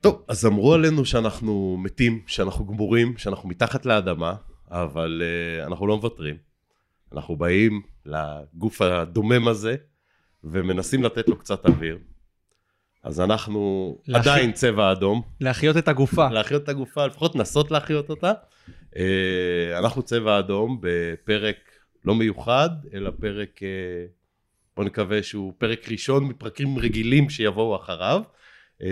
טוב, אז אמרו עלינו שאנחנו מתים, שאנחנו גמורים, שאנחנו מתחת לאדמה, אבל אה, אנחנו לא מוותרים. אנחנו באים לגוף הדומם הזה ומנסים לתת לו קצת אוויר. אז אנחנו להחי- עדיין צבע אדום, להחיות את הגופה. להחיות את הגופה, לפחות לנסות להחיות אותה. אה, אנחנו צבע אדום בפרק לא מיוחד, אלא פרק, אה, בוא נקווה שהוא פרק ראשון מפרקים רגילים שיבואו אחריו. אה,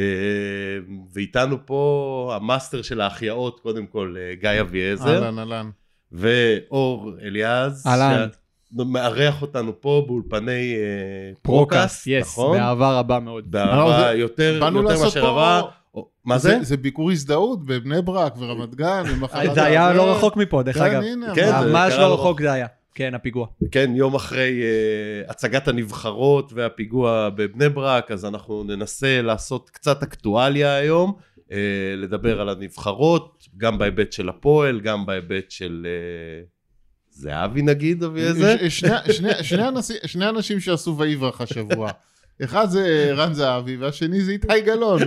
ואיתנו פה המאסטר של ההחייאות, קודם כל אה, גיא אביעזר, אהלן, אהלן. ואור אליעז, אהלן. שמארח אותנו פה באולפני אה, פרוקאסט, יס, נכון? באהבה רבה מאוד. באהבה יותר באנו יותר לעשות מאשר פה- עבר. מה זה? זה ביקור הזדהות בבני ברק ורמת גן. ומחלת זה היה העבר. לא רחוק מפה, דרך כן, אגב. הנה, כן, אבל- זה ממש קרה לא לא רחוק. רחוק זה היה. כן, הפיגוע. כן, יום אחרי uh, הצגת הנבחרות והפיגוע בבני ברק, אז אנחנו ננסה לעשות קצת אקטואליה היום, uh, לדבר על הנבחרות, גם בהיבט של הפועל, גם בהיבט של uh, זהבי נגיד, אביעזר. ש- שני- שני- שני אנשים- שני אנשים שעשו ויברח השבוע. אחד זה רן זהבי והשני זה איתי גלאון.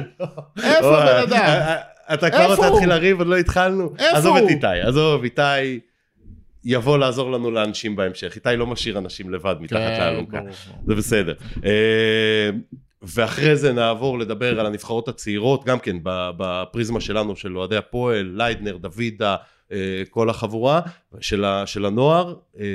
איפה אוי, הבן אדם? אה, אתה כבר איפה תתחיל הוא? לריב, עוד לא התחלנו. איפה עזוב את הוא? איתי, עזוב, איתי יבוא לעזור לנו לאנשים בהמשך. איתי לא משאיר אנשים לבד מתחת כן, לאלונקה. ברור, ברור. זה בסדר. אה, ואחרי זה נעבור לדבר על הנבחרות הצעירות, גם כן ב- בפריזמה שלנו, של אוהדי הפועל, ליידנר, דוידה, אה, כל החבורה של, ה, של הנוער, אה,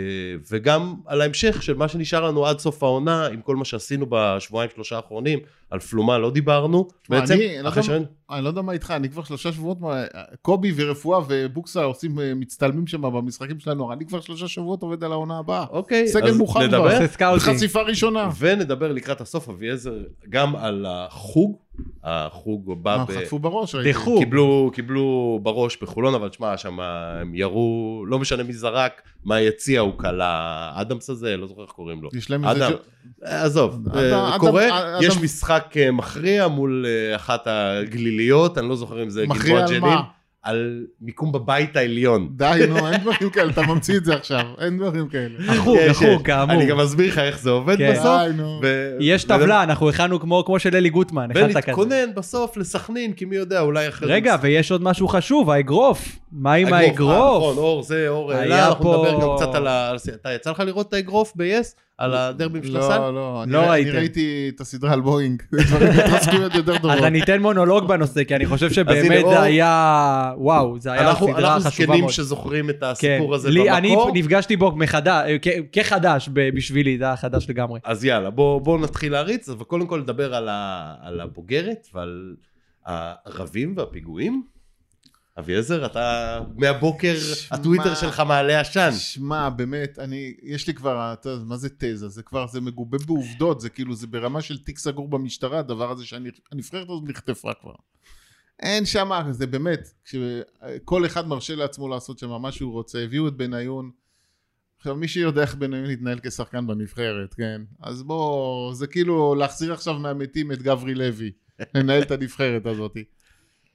וגם על ההמשך של מה שנשאר לנו עד סוף העונה, עם כל מה שעשינו בשבועיים שלושה האחרונים, על פלומה לא דיברנו, מה, בעצם, אני- לא אחרי גם- שראינו- אני לא יודע מה איתך, אני כבר שלושה שבועות, מה- קובי ורפואה ובוקסה עושים, אה, מצטלמים שם במשחקים של הנוער, אני כבר שלושה שבועות עובד על העונה הבאה. אוקיי, סגל אז מוכן נדבר, כבר. זה סקאוטינג. חשיפה ראשונה. אה, ונדבר לקראת הסוף, אביעזר, גם על החוג, החוג בא מה, ב... חטפו בראש? ראיתי. דחו. קיבלו, קיבלו בראש בחולון, אבל תשמע, שם הם ירו, לא משנה מי זרק, מהיציע הוא כלה, אדמס הזה, לא זוכר איך קוראים לו. יש להם איזה... אדם. ג'ו- אה, עזוב, אדם- אה, אדם- קורה, אדם- יש משחק אה, מכריע מול אה, אחת הגליליות, אני לא זוכר אם זה מכריע גלבוע על ג'נין, מה? על מיקום בבית העליון. די, נו, אין דברים כאלה, אתה ממציא את זה עכשיו, אין דברים כאלה. החוג, יש, החוג, יש. כאמור. כן, אני גם אסביר לך איך זה עובד כן. בסוף. די, נו. ו- יש ו- טבלה, אנחנו הכנו כמו כמו של אלי גוטמן. הכנת כזה. ולהתכונן בסוף לסכנין, כי מי יודע, אולי אחרי זה... רגע, ויש עוד משהו חשוב, האגרוף. מה עם אה, האגרוף? נכון, אור זה, אור היה אלה, אנחנו פה- נדבר גם קצת על ה... על ה- אתה יצא לך לראות את האגרוף ביס? על הדרבים של הסל? לא, לא, אני לא ראי- ראיתם. אני ראיתי את הסדרה על בואינג, זה דברים מתרסקים יותר טובות. אז אני אתן מונולוג בנושא, כי אני חושב שבאמת אור- זה היה... וואו, זה היה אנחנו סדרה אנחנו חשובה זקנים מאוד. שזוכרים את כן, הסיפור הזה לי- אני במקור. נפגשתי בו מחדש, אה, כ- כחדש ב- בשבילי, זה היה חדש לגמרי. אז יאללה, בואו בוא נתחיל להריץ, אבל קודם כל נדבר על, ה, על הבוגרת ועל הערבים והפיגועים. אביעזר, אתה מהבוקר, שמע. הטוויטר שלך מעלה עשן. שמע, באמת, אני, יש לי כבר, אתה יודע, מה זה תזה? זה כבר, זה מגובה בעובדות, זה כאילו, זה ברמה של תיק סגור במשטרה, הדבר הזה שהנבחרת הזאת נחטפה כבר. אין שם, זה באמת, כשכל אחד מרשה לעצמו לעשות שם מה שהוא רוצה, הביאו את בניון. עכשיו, מי שיודע איך בניון התנהל כשחקן בנבחרת, כן? אז בוא, זה כאילו להחזיר עכשיו מהמתים את גברי לוי, לנהל את הנבחרת הזאת.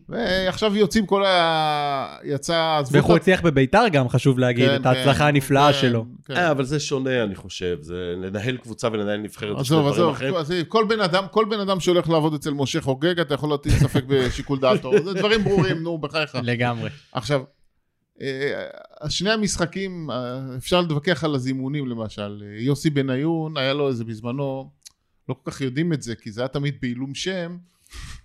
ועכשיו יוצאים כל ה... יצא... עזבו את ואיך הוא הצליח בביתר גם, חשוב להגיד, כן, את ההצלחה כן, הנפלאה כן, שלו. כן. אה, אבל זה שונה, אני חושב, זה לנהל קבוצה ולנהל נבחרת. זה שני עזוב, דברים עזוב, אחרים. עזוב, כל בן אדם, כל בן אדם שהולך לעבוד אצל משה חוגג, אתה יכול להטיל ספק בשיקול דעתו, זה דברים ברורים, נו, בחייך. לגמרי. עכשיו, אה, אז שני המשחקים, אה, אפשר להתווכח על הזימונים למשל. אה, יוסי בניון, היה לו איזה בזמנו, לא כל כך יודעים את זה, כי זה היה תמיד בעילום שם,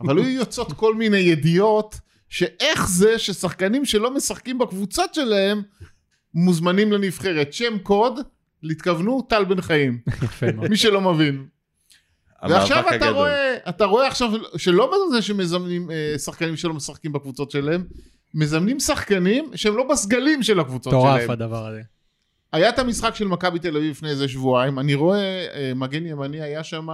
אבל היו יוצאות כל מיני ידיעות, שאיך זה ששחקנים שלא משחקים בקבוצות שלהם, מוזמנים לנבחרת. שם קוד, התכוונו, טל בן חיים, יפה מאוד. מי שלא מבין. ועכשיו המאבק אתה הגדול. רואה, אתה רואה עכשיו שלא זה שמזמנים אה, שחקנים שלא משחקים בקבוצות שלהם, מזמנים שחקנים שהם לא בסגלים של הקבוצות מטורף שלהם. הדבר הזה. היה את המשחק של מכבי תל אביב לפני איזה שבועיים, אני רואה אה, מגן ימני היה שם,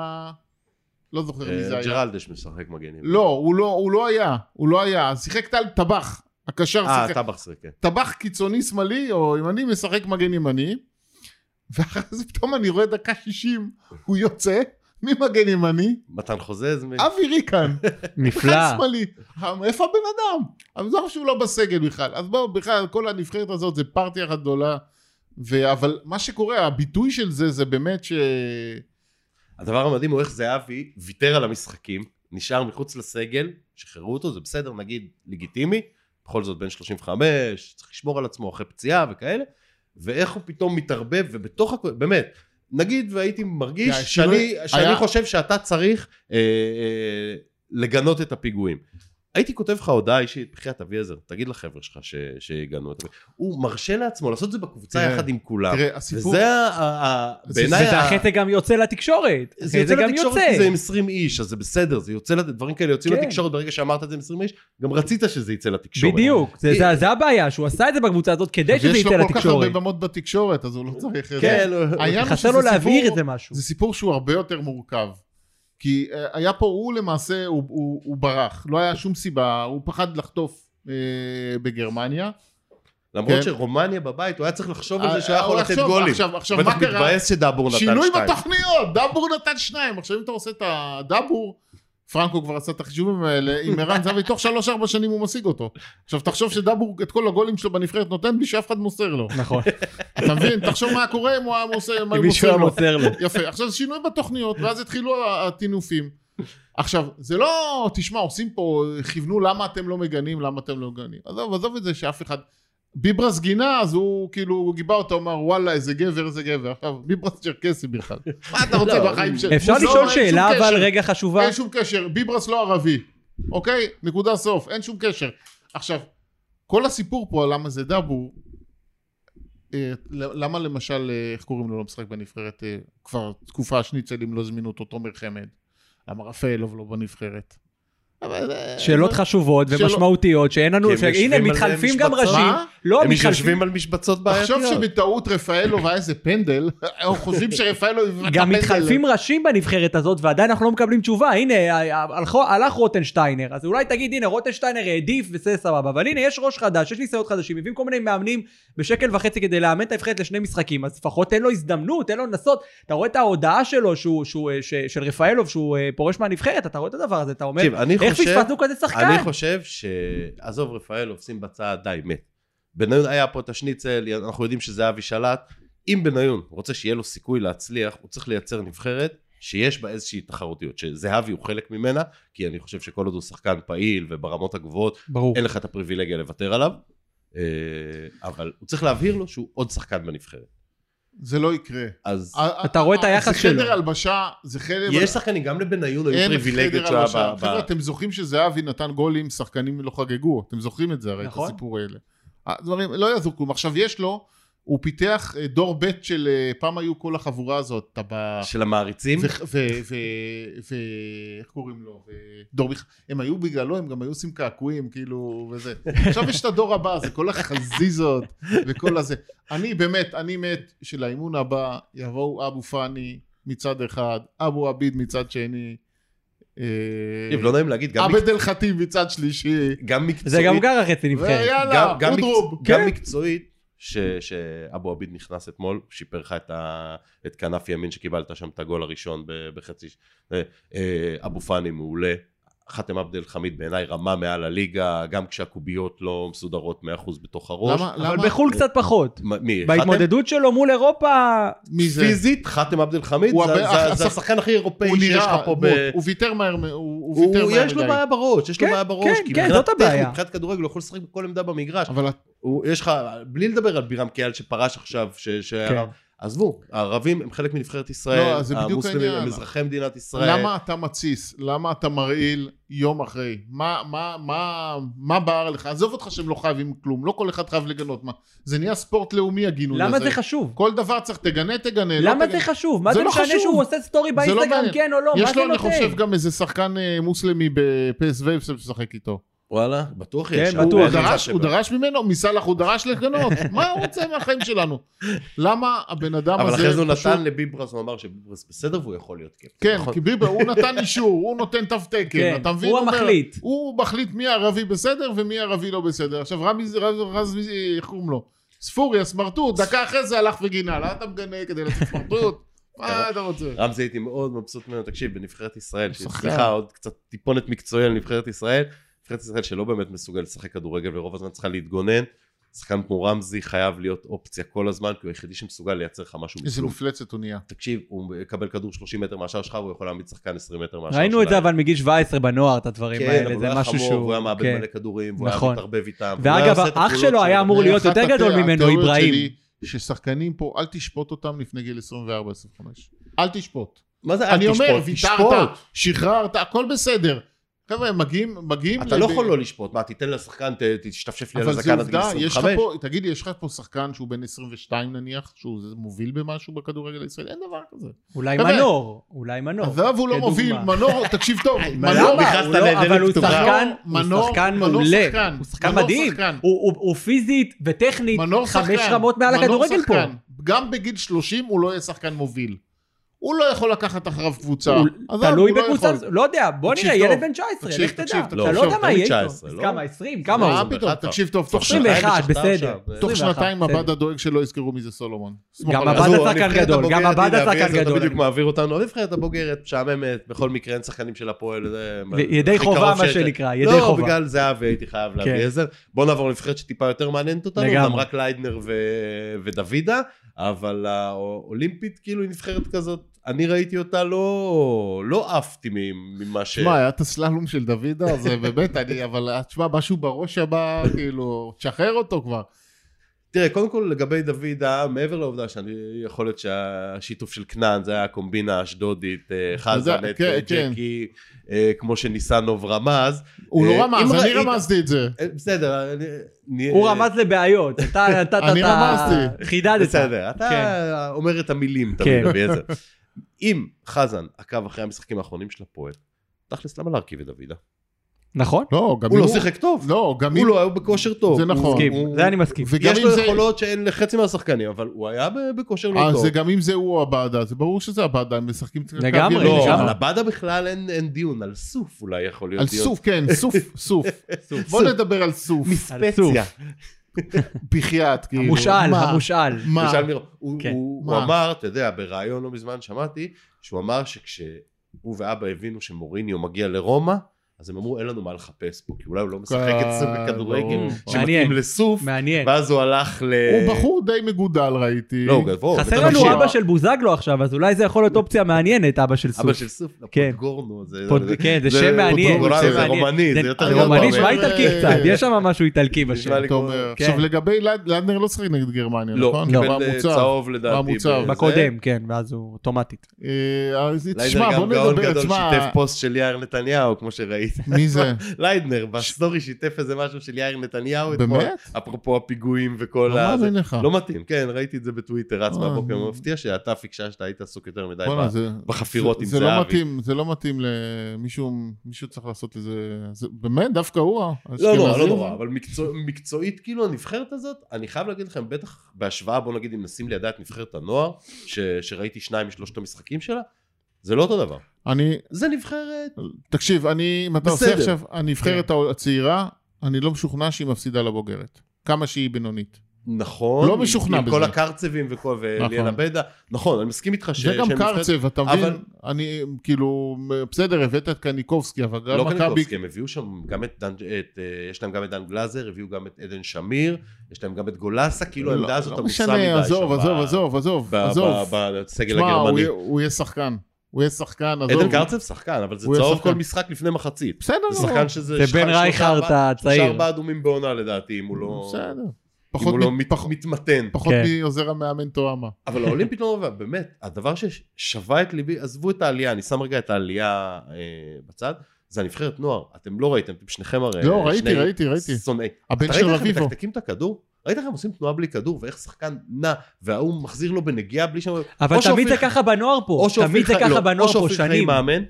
לא זוכר מי זה אה, היה. ג'רלדש משחק מגנים. לא, הוא לא, הוא לא היה, הוא לא היה, אז שיחק טל טבח, הקשר אה, שיחק, טבח שיחק. טבח קיצוני שמאלי או ימני משחק מגן ימני, ואחרי זה פתאום אני רואה דקה 60, הוא יוצא ממגן ימני, מתן חוזז, מ- אבי ריקן. בכלל נפלא. שמאלי. איפה הבן אדם? עזוב שהוא לא בסגל בכלל. אז בואו, בכלל, כל הנבחרת הזאת זה פארטיה אחת גדולה. ו... אבל מה שקורה, הביטוי של זה, זה באמת ש... הדבר המדהים הוא איך זהבי ויתר על המשחקים, נשאר מחוץ לסגל, שחררו אותו, זה בסדר, נגיד, לגיטימי, בכל זאת בן 35, צריך לשמור על עצמו אחרי פציעה וכאלה, ואיך הוא פתאום מתערבב, ובתוך הכול, באמת, נגיד והייתי מרגיש זה שאני, השינוי שאני היה- חושב שאתה צריך אה, אה, לגנות את הפיגועים. הייתי כותב לך הודעה אישית, בחייאת אביעזר, תגיד לחבר'ה שלך ש- שיגנו את הפיגועים. הוא מרשה לעצמו לעשות את זה בקבוצה תראה, יחד עם כולם. תראה, הסיפור... וזה ה- ה- ה- זה- בעיניי... ה- ואחרי זה גם יוצא לתקשורת. זה אחרי יוצא זה גם לתקשורת יוצא. כי זה עם 20 איש, אז זה בסדר, זה יוצא, לת- דברים כאלה יוצאים כן. לתקשורת ברגע שאמרת את זה עם 20 איש, גם רצית שזה יצא לתקשורת. בדיוק, זה- זה- זה הבעיה, שהוא עשה את זה בקבוצה הזאת כדי אז שזה יש לו יצא כל כך הרבה לתקשורת. במות בתקשורת, אז הוא לא צריך... כן, היה לנו חסר שזה לו להבהיר סיפור- את זה משהו. זה סיפור שהוא הרבה יותר מורכב. כי אה, היה פה, הוא למעשה, הוא, הוא, הוא ברח. לא היה שום סיבה, הוא פחד לחטוף אה, בגרמניה. למרות כן. שרומניה בבית, הוא היה צריך לחשוב על זה שהוא היה אה, יכול לתת עכשיו- גולים. עכשיו, עכשיו, בטח מה קרה? מתבאס שדאבור נתן שינוי שתיים. בתוכניות, דאבור נתן שניים. עכשיו אם אתה עושה את הדאבור, פרנקו כבר עשה את החישובים האלה עם ערן זהבי, תוך שלוש-ארבע שנים הוא משיג אותו. עכשיו תחשוב שדאבור את כל הגולים שלו בנבחרת נותן בלי שאף אחד מוסר לו. נכון, אתה מבין? תחשוב מה קורה אם הוא היה מוסר, מה אם הוא מישהו מוסר היה לו. מוסר לו. יפה, עכשיו זה שינוי בתוכניות, ואז התחילו הטינופים. עכשיו, זה לא, תשמע, עושים פה, כיוונו למה אתם לא מגנים, למה אתם לא מגנים. עזוב, עזוב את זה שאף אחד... ביברס גינה, אז הוא כאילו, הוא גיבה אותו, הוא אמר, וואלה, איזה גבר, איזה גבר. עכשיו, ביברס צ'רקסי בכלל. מה אתה רוצה לא, בחיים של... אפשר לא, לשאול אין שום שאלה קשר. אבל רגע חשובה? אין שום קשר, ביברס לא ערבי, אוקיי? נקודה סוף, אין שום קשר. עכשיו, כל הסיפור פה, למה זה דאבו, אה, למה למשל, אה, איך קוראים לו למשחק בנבחרת, אה, כבר תקופה שניצלים לא הזמינו אותו, תומר חמד. למה רפאלוב לא בנבחרת? אבל, אה, שאלות חשובות שאלות- ומשמעותיות שאין לנו, כי הם ש- הנה יושבים על מתחלפים משבצות. גם ראשים, מה? לא הם מתחלפים, יושבים על משבצות תחשוב בעייתיות. שבטעות רפאלוב היה איזה פנדל, הם חושבים שרפאלוב... יבעט גם הפנדל. מתחלפים ראשים בנבחרת הזאת ועדיין אנחנו לא מקבלים תשובה, הנה ה- ה- הלכו- הלך רוטנשטיינר, אז אולי תגיד הנה רוטנשטיינר העדיף וזה סבבה, אבל הנה יש ראש חדש, יש ניסיונות חדשים, מביאים כל מיני מאמנים בשקל וחצי כדי לאמן את הנבחרת לשני משחקים, אז לפחות תן לו הזדמנות, תן לו לנסות, אתה רואה את ההודעה שלו, שהוא- שהוא, אה, ש- של רפאלוב שהוא אה, פורש מהנבחרת, אתה רואה את הדבר הזה, אתה אומר, תקשיב, אני איך חושב- פספסנו כזה שחקן? אני חושב ש... עזוב, רפאל, עושים בצד, די, מת. בניון היה פה את השניצל, אנחנו יודעים שזה אבי שלט. אם בניון רוצה שיהיה לו סיכוי להצליח, הוא צריך לייצר נבחרת שיש בה איזושהי תחרותיות, שזהבי הוא חלק ממנה, כי אני חושב שכל עוד הוא שחקן פעיל וברמות הגבוהות, ברור. אין לך את הפריבילגיה לוותר עליו. אה, אבל הוא צריך להבהיר לו שהוא עוד שחקן בנבחרת. זה לא יקרה. אה, אז אתה רואה את היחס זה שלו. חדר הלבשה, זה חדר... יש שחקנים, גם לבניון היו אין פריבילגיות חדר שהוא היה הלבשה. ב- חבר'ה, ב... אתם זוכרים שזהבי נתן גולים, שחקנים לא חגגו, אתם זוכרים את זה הרי, את נכון. הסיפור האלה. הדברים לא יעזור כלום. עכשיו יש לו, הוא פיתח אה, דור ב' של אה, פעם היו כל החבורה הזאת, אתה ב... של המעריצים. ו... ו... ו... ו... איך קוראים לו? ו... דור מיכ... הם היו בגללו, הם גם היו עושים קעקועים, כאילו, וזה. עכשיו יש את הדור הבא, זה כל החזיזות וכל הזה. אני באמת, אני מת שלאימון הבא יבואו אבו פאני מצד אחד, אבו עביד מצד שני. אה, תקשיב, לא נעים להגיד, גם מק- עבד אל חטיב מצד שלישי. גם זה מקצועית גם גרה חצי נבחרת. ויאללה, גם, אודרוב. מקצ... גם כן. מקצועית, ש... שאבו עביד נכנס אתמול, שיפר לך את, ה... את כנף ימין שקיבלת שם את הגול הראשון ב... בחצי... ש- אה, אה, אבו פאני מעולה. חתם עבד אל חמיד בעיניי רמה מעל הליגה, גם כשהקוביות לא מסודרות 100% בתוך הראש. למה? אבל למה? בחו"ל קצת פחות. מ- מי? חתם? בהתמודדות שלו מול אירופה, מי זה? פיזית, חתם עבד אל חמיד, הוא זה- הרבה- זה- זה השח- השחקן הכי אירופאי הוא שיש נראה, לך פה הוא- ב... הוא ויתר מהר, מ- הוא הוא ויתר הוא- מהר יש לו מדי. בעיה בראש, יש לו כן, בעיה בראש, כן, כי כן, מבחינת זאת הבעיה. טכנית, מבחינת כדורגל הוא יכול לשחק בכל עמדה במגרש, אבל הוא- יש לך, בלי לדבר על בירם קיאל שפרש עכשיו, ש- שהיה כן. רב. עזבו, הערבים הם חלק מנבחרת ישראל, לא, זה בדיוק המוסלמים העניין. הם אזרחי מדינת ישראל. למה אתה מתסיס? למה אתה מרעיל יום אחרי? מה, מה, מה, מה בער לך? עזוב אותך שהם לא חייבים כלום, לא כל אחד חייב לגנות. מה? זה נהיה ספורט לאומי הגינוי למה הזה. זה חשוב? כל דבר צריך, תגנה, תגנה. לא למה תגנה. זה חשוב? מה זה זה לא משנה חשוב. שהוא עושה סטורי זה לא באינסטגרם מעניין. כן או לא? מה יש זה לו, אני נותן? חושב, גם איזה שחקן אה, מוסלמי בפסו שמשחק איתו. וואלה, בטוח כן, יש. בטוח. הוא הוא נמצא דרש, שם. הוא דרש ממנו, מסלח הוא דרש לגנות. מה הוא רוצה מהחיים שלנו? למה הבן אדם הזה... אבל אחרי זה הוא פשוט- נתן לביברס, הוא אמר שביברס בסדר והוא יכול להיות קפטן. כן, נכון? כי ביבר, הוא נתן אישור, הוא נותן תו כן, תקן, אתה מבין? הוא אומר, המחליט. הוא מחליט מי ערבי בסדר ומי ערבי לא בסדר. עכשיו רמי, זה- רז, רז, איך קוראים לו? ספורי, הסמרטוט, דקה אחרי זה הלך וגינה, למה אתה מגנה כדי לעשות סמרטוט? מה אתה רוצה? רמזי הייתי מאוד מבסוט ממנו, תקשיב, בנבחרת ישראל, שהיא שחקן. סליחה, עוד קצת טיפונת מקצועי על נבחרת ישראל, נבחרת ישראל שלא באמת מסוגלת לשחק כדורגל ורוב הזמן צריכה להתגונן, שחקן כמו רמזי חייב להיות אופציה כל הזמן, כי הוא היחידי שמסוגל לייצר לך משהו איזה מכלום. מפלצת הוא נהיה. תקשיב, הוא יקבל כדור 30 מטר מהשער שלך, והוא יכול להעמיד שחקן 20 מטר מהשער שלך. ראינו את זה אבל מגיל 17 בנוער, את הדברים כן, אבל האלה, הוא זה היה משהו חמור, שהוא... והוא היה מאבד כן. מלא כדורים, והוא היה נכון. מתערבב איתם. והוא היה ואגב, עושה את האח הפעולות שלו היה אמור להיות אה, אחת יותר גדול התה- ממנו, התיאוריות איברהים. שלי, ששחקנים פה, אל תשפוט אותם לפני גיל 24-25. אל תשפוט. מה זה אל אני אומר, תשפוט? ויתרת, תשפוט. שחררת, הכל בסדר. חבר'ה, מגיעים, מגיעים... אתה לב- לא יכול לא לשפוט, מה, תיתן לשחקן, ת- תשתפשף לי על אבל זה הזקן עד גיל עובדה, יש לך 25? פה, תגיד לי, יש לך פה שחקן שהוא בן 22 נניח, שהוא זה- מוביל במשהו בכדורגל הישראלי? אין דבר כזה. אולי חבר'ה, מנור, אולי מנור. עזוב, הוא לא כדוגמה. מוביל, מנור, תקשיב טוב, מנור, למה? נכנסת הוא לא- לדלת אבל הוא פתוחה. שחקן, מנור- הוא שחקן מנור מעולה, שחקן. הוא שחקן מנור מדהים, שחקן. הוא- הוא הוא פיזית וטכנית מנור שחקן. חמש רמות מעל מנור הכדורגל פה. שחקן. גם בגיל 30 הוא לא יהיה שחקן מוביל. הוא לא יכול לקחת אחריו קבוצה. הוא עזוב, תלוי הוא לא בקבוצה, יכול. לא יודע, בוא תקשיב נראה, טוב. ילד בן 19, תקשיב, לך תקשיב, תקשיב, אתה תקשיב, לא יודע מה תמיד יהיה איתו, 19, אז לא? כמה, 20, כמה מה הוא? הוא? פתאום? תקשיב טוב, תוך הוא שנתיים- שנתיים 21, בשטר בסדר. עכשיו. תוך 21, שנתיים בסדר. הבד הדואג שלא יזכרו מי זה סולומון. סמוך גם עליי. הבד- אז הוא, שחקן הנבחרת גדול, גם הבוגרת, הבד הנה, שחקן אביעזר, גדול. אתה בדיוק מעביר אותנו, הנבחרת הבוגרת משעממת, בכל מקרה אין שחקנים של הפועל. זה- ידי הכי חובה, קרוב מה שהייתם. שנקרא, ידי לא, חובה. בגלל זהבי הייתי חייב כן. להביא עזר. בוא נעבור לנבחרת שטיפה יותר מעניינת אותנו, לגמרי. גם רק ליידנר ו- ודוידה, אבל האולימפית כאילו היא נבחרת כזאת, אני ראיתי אותה לא לא עפתי מ- ממה ש... תשמע, היה את הסללום של דוידה, זה באמת, אני, אבל אה, תשמע, משהו בראש הבא, כאילו, תשחרר אותו כבר. תראה, קודם כל לגבי דוידה, מעבר לעובדה שאני, יכול להיות שהשיתוף של כנען זה היה הקומבינה האשדודית, אה, חזן, זה- את כן, אה, כן. ג'קי, אה, כמו שניסנוב רמז. הוא אה, לא רמז, אם אני ראית- רמזתי את זה. אה, בסדר, אני... אני- הוא אה, רמז לבעיות, אתה, אתה, אתה, אני אתה- רמזתי. חידדת. בסדר, אתה כן. אומר את המילים כן. תמיד, אביעזר. אם חזן עקב אחרי המשחקים האחרונים של הפועל, תכלס, למה להרכיב את דוידה? נכון? לא, גם הוא אם לא שיחק טוב, לא, גם אם... הוא לא היה בכושר טוב. זה הוא- נכון. מסכים, הוא- זה אני מסכים. וגם יש אם לו זה- יכולות שאין לחצי מהשחקנים, אבל הוא היה ב- בכושר לא אה, טוב. זה גם אם זה הוא או הבעדה, זה ברור שזה הבעדה, הם משחקים את לגמרי, הקו ימין לגמרי. לא, שם. על הבאדה בכלל אין אין דיון, על סוף אולי יכול להיות על דיון. סוף, כן, סוף, סוף. בוא סוף. נדבר על סוף. מספציה. בחייאת, כאילו. המושאל, מה? המושאל. מה? למשל מירון. הוא- כן. הוא מה? הוא אמר, אתה יודע, בריאיון לא מזמן שמעתי, שהוא אמר שכשהוא ואבא הבינו שמוריניו מגיע לרומא, אז הם אמרו אין לנו מה לחפש פה, כי אולי הוא לא משחק אה, אצלו בכדורגל, לא. שמתאים מעניין. לסוף, מעניין. ואז הוא הלך ל... הוא בחור די מגודל, ראיתי. לא, הוא גבוה. חסר בטח לנו שהוא- תקשיב. אבא של בוזגלו עכשיו, אז אולי זה יכול להיות אופציה מעניינת, אבא של סוף. אבא של סוף, כן. פוטגורנו, זה... פוד- כן, זה שם מעניין. פוטגורנו, שם זה מעניין. רומני, זה יותר גרוע. רומני, אבל- שמע איטלקי אה, קצת, יש שם משהו איטלקי בשם. נשמע לי- אתה אומר. כן. עכשיו לגבי לד- לדנר לא שחק נגד גרמניה, לא, נכון? לא. הוא קיבל אה, המוצב. צהוב לדעתי. המוצב. בזה. בקודם, כן, ואז הוא אוטומטית. אה, אז ליידנר תשמע, בוא גם גאון נדבר, גדול תשמע, שיתף פוסט של יאיר נתניהו, כמו שראית. מי זה? ליידנר בסטורי שיתף איזה משהו של יאיר נתניהו אתמול. באמת? אפרופו הפיגועים וכל לא ה... מאמין לך. לא מתאים, כן, ראיתי את זה בטוויטר, רץ אה, בבוקר, זה- מפתיע שאתה פיקששת, היית עסוק יותר מדי בואנה, ב- זה- בחפירות זה- עם זה לא זהבי. מתאים, זה לא מתאים למישהו, מישהו צריך לעשות לזה, זה- באמת, דווקא הוא, לא נורא, לא האשכנזי? נורא, אבל מקצוע- מקצועית, כאילו, הנבחרת הזאת, אני חייב להגיד לכם, בטח בהשוואה, בוא נגיד, אם נשים לידה את נבחרת הנוער, ש- שראיתי שניים משלושת המשחקים שלה, זה לא אותו דבר. אני, זה נבחרת... תקשיב, אני, אם אתה עושה בסדר. כן. עכשיו, הנבחרת הצעירה, אני לא משוכנע שהיא מפסידה לבוגרת, כמה שהיא בינונית. נכון, לא עם- משוכנע עם בזה. כל הקרצבים וכל, ואליאנה נכון. בדה, נכון, אני מסכים איתך ש... זה גם שהם נבחרת- קרצב, אתה מבין? אבל- אני, כאילו, בסדר, הבאת את קניקובסקי, אבל גם לא מכבי, קניקובסקי, הם הביאו שם גם את דן, את, אה, יש להם גם את דן גלאזר, הביאו גם את עדן שמיר, יש להם גם את גולסה, כאילו לא- העמדה הזאת לא עמוסה משנה, מדי עזוב, שם עזוב, ב- עזוב, עזוב, ב- עזוב. ב- בסגל שמע, הוא הגרמני. יהיה- הוא יהיה שחקן, הוא יהיה שחקן, עזוב. עדן קרצב שחקן, אבל זה הוא יהיה צהוב שחקן. לא, כל משחק לפני מחצית. בסדר, זה שחקן שזה... זה בן רייכרט שלושה הצעיר. ארבעה אדומים בעונה לדעתי, אם הוא לא... בסדר. אם פחות הוא לא מ- מת- פחות- מתמתן. פחות כן. מעוזר המאמן טועמה. אבל האולימפית לא נובע, באמת, הדבר ששבה את ליבי, עזבו את העלייה, אני שם רגע את העלייה אה, בצד, זה הנבחרת נוער, אתם לא ראיתם, אתם שניכם הרי... לא, ראיתי, שני ראיתי, ראיתי. שונאי. הבן אתה של ראית איך הם רביבו. מתקתקים את הכדור? ראית איך הם עושים תנועה בלי כדור, ואיך שחקן נע, וההוא מחזיר לו בנגיעה בלי שם... אבל או תמיד שאופיר- זה ככה בנוער פה, או שאופיר תמיד זה חיים- ככה לא, בנוער או פה שאופיר חיים שנים. מאמן,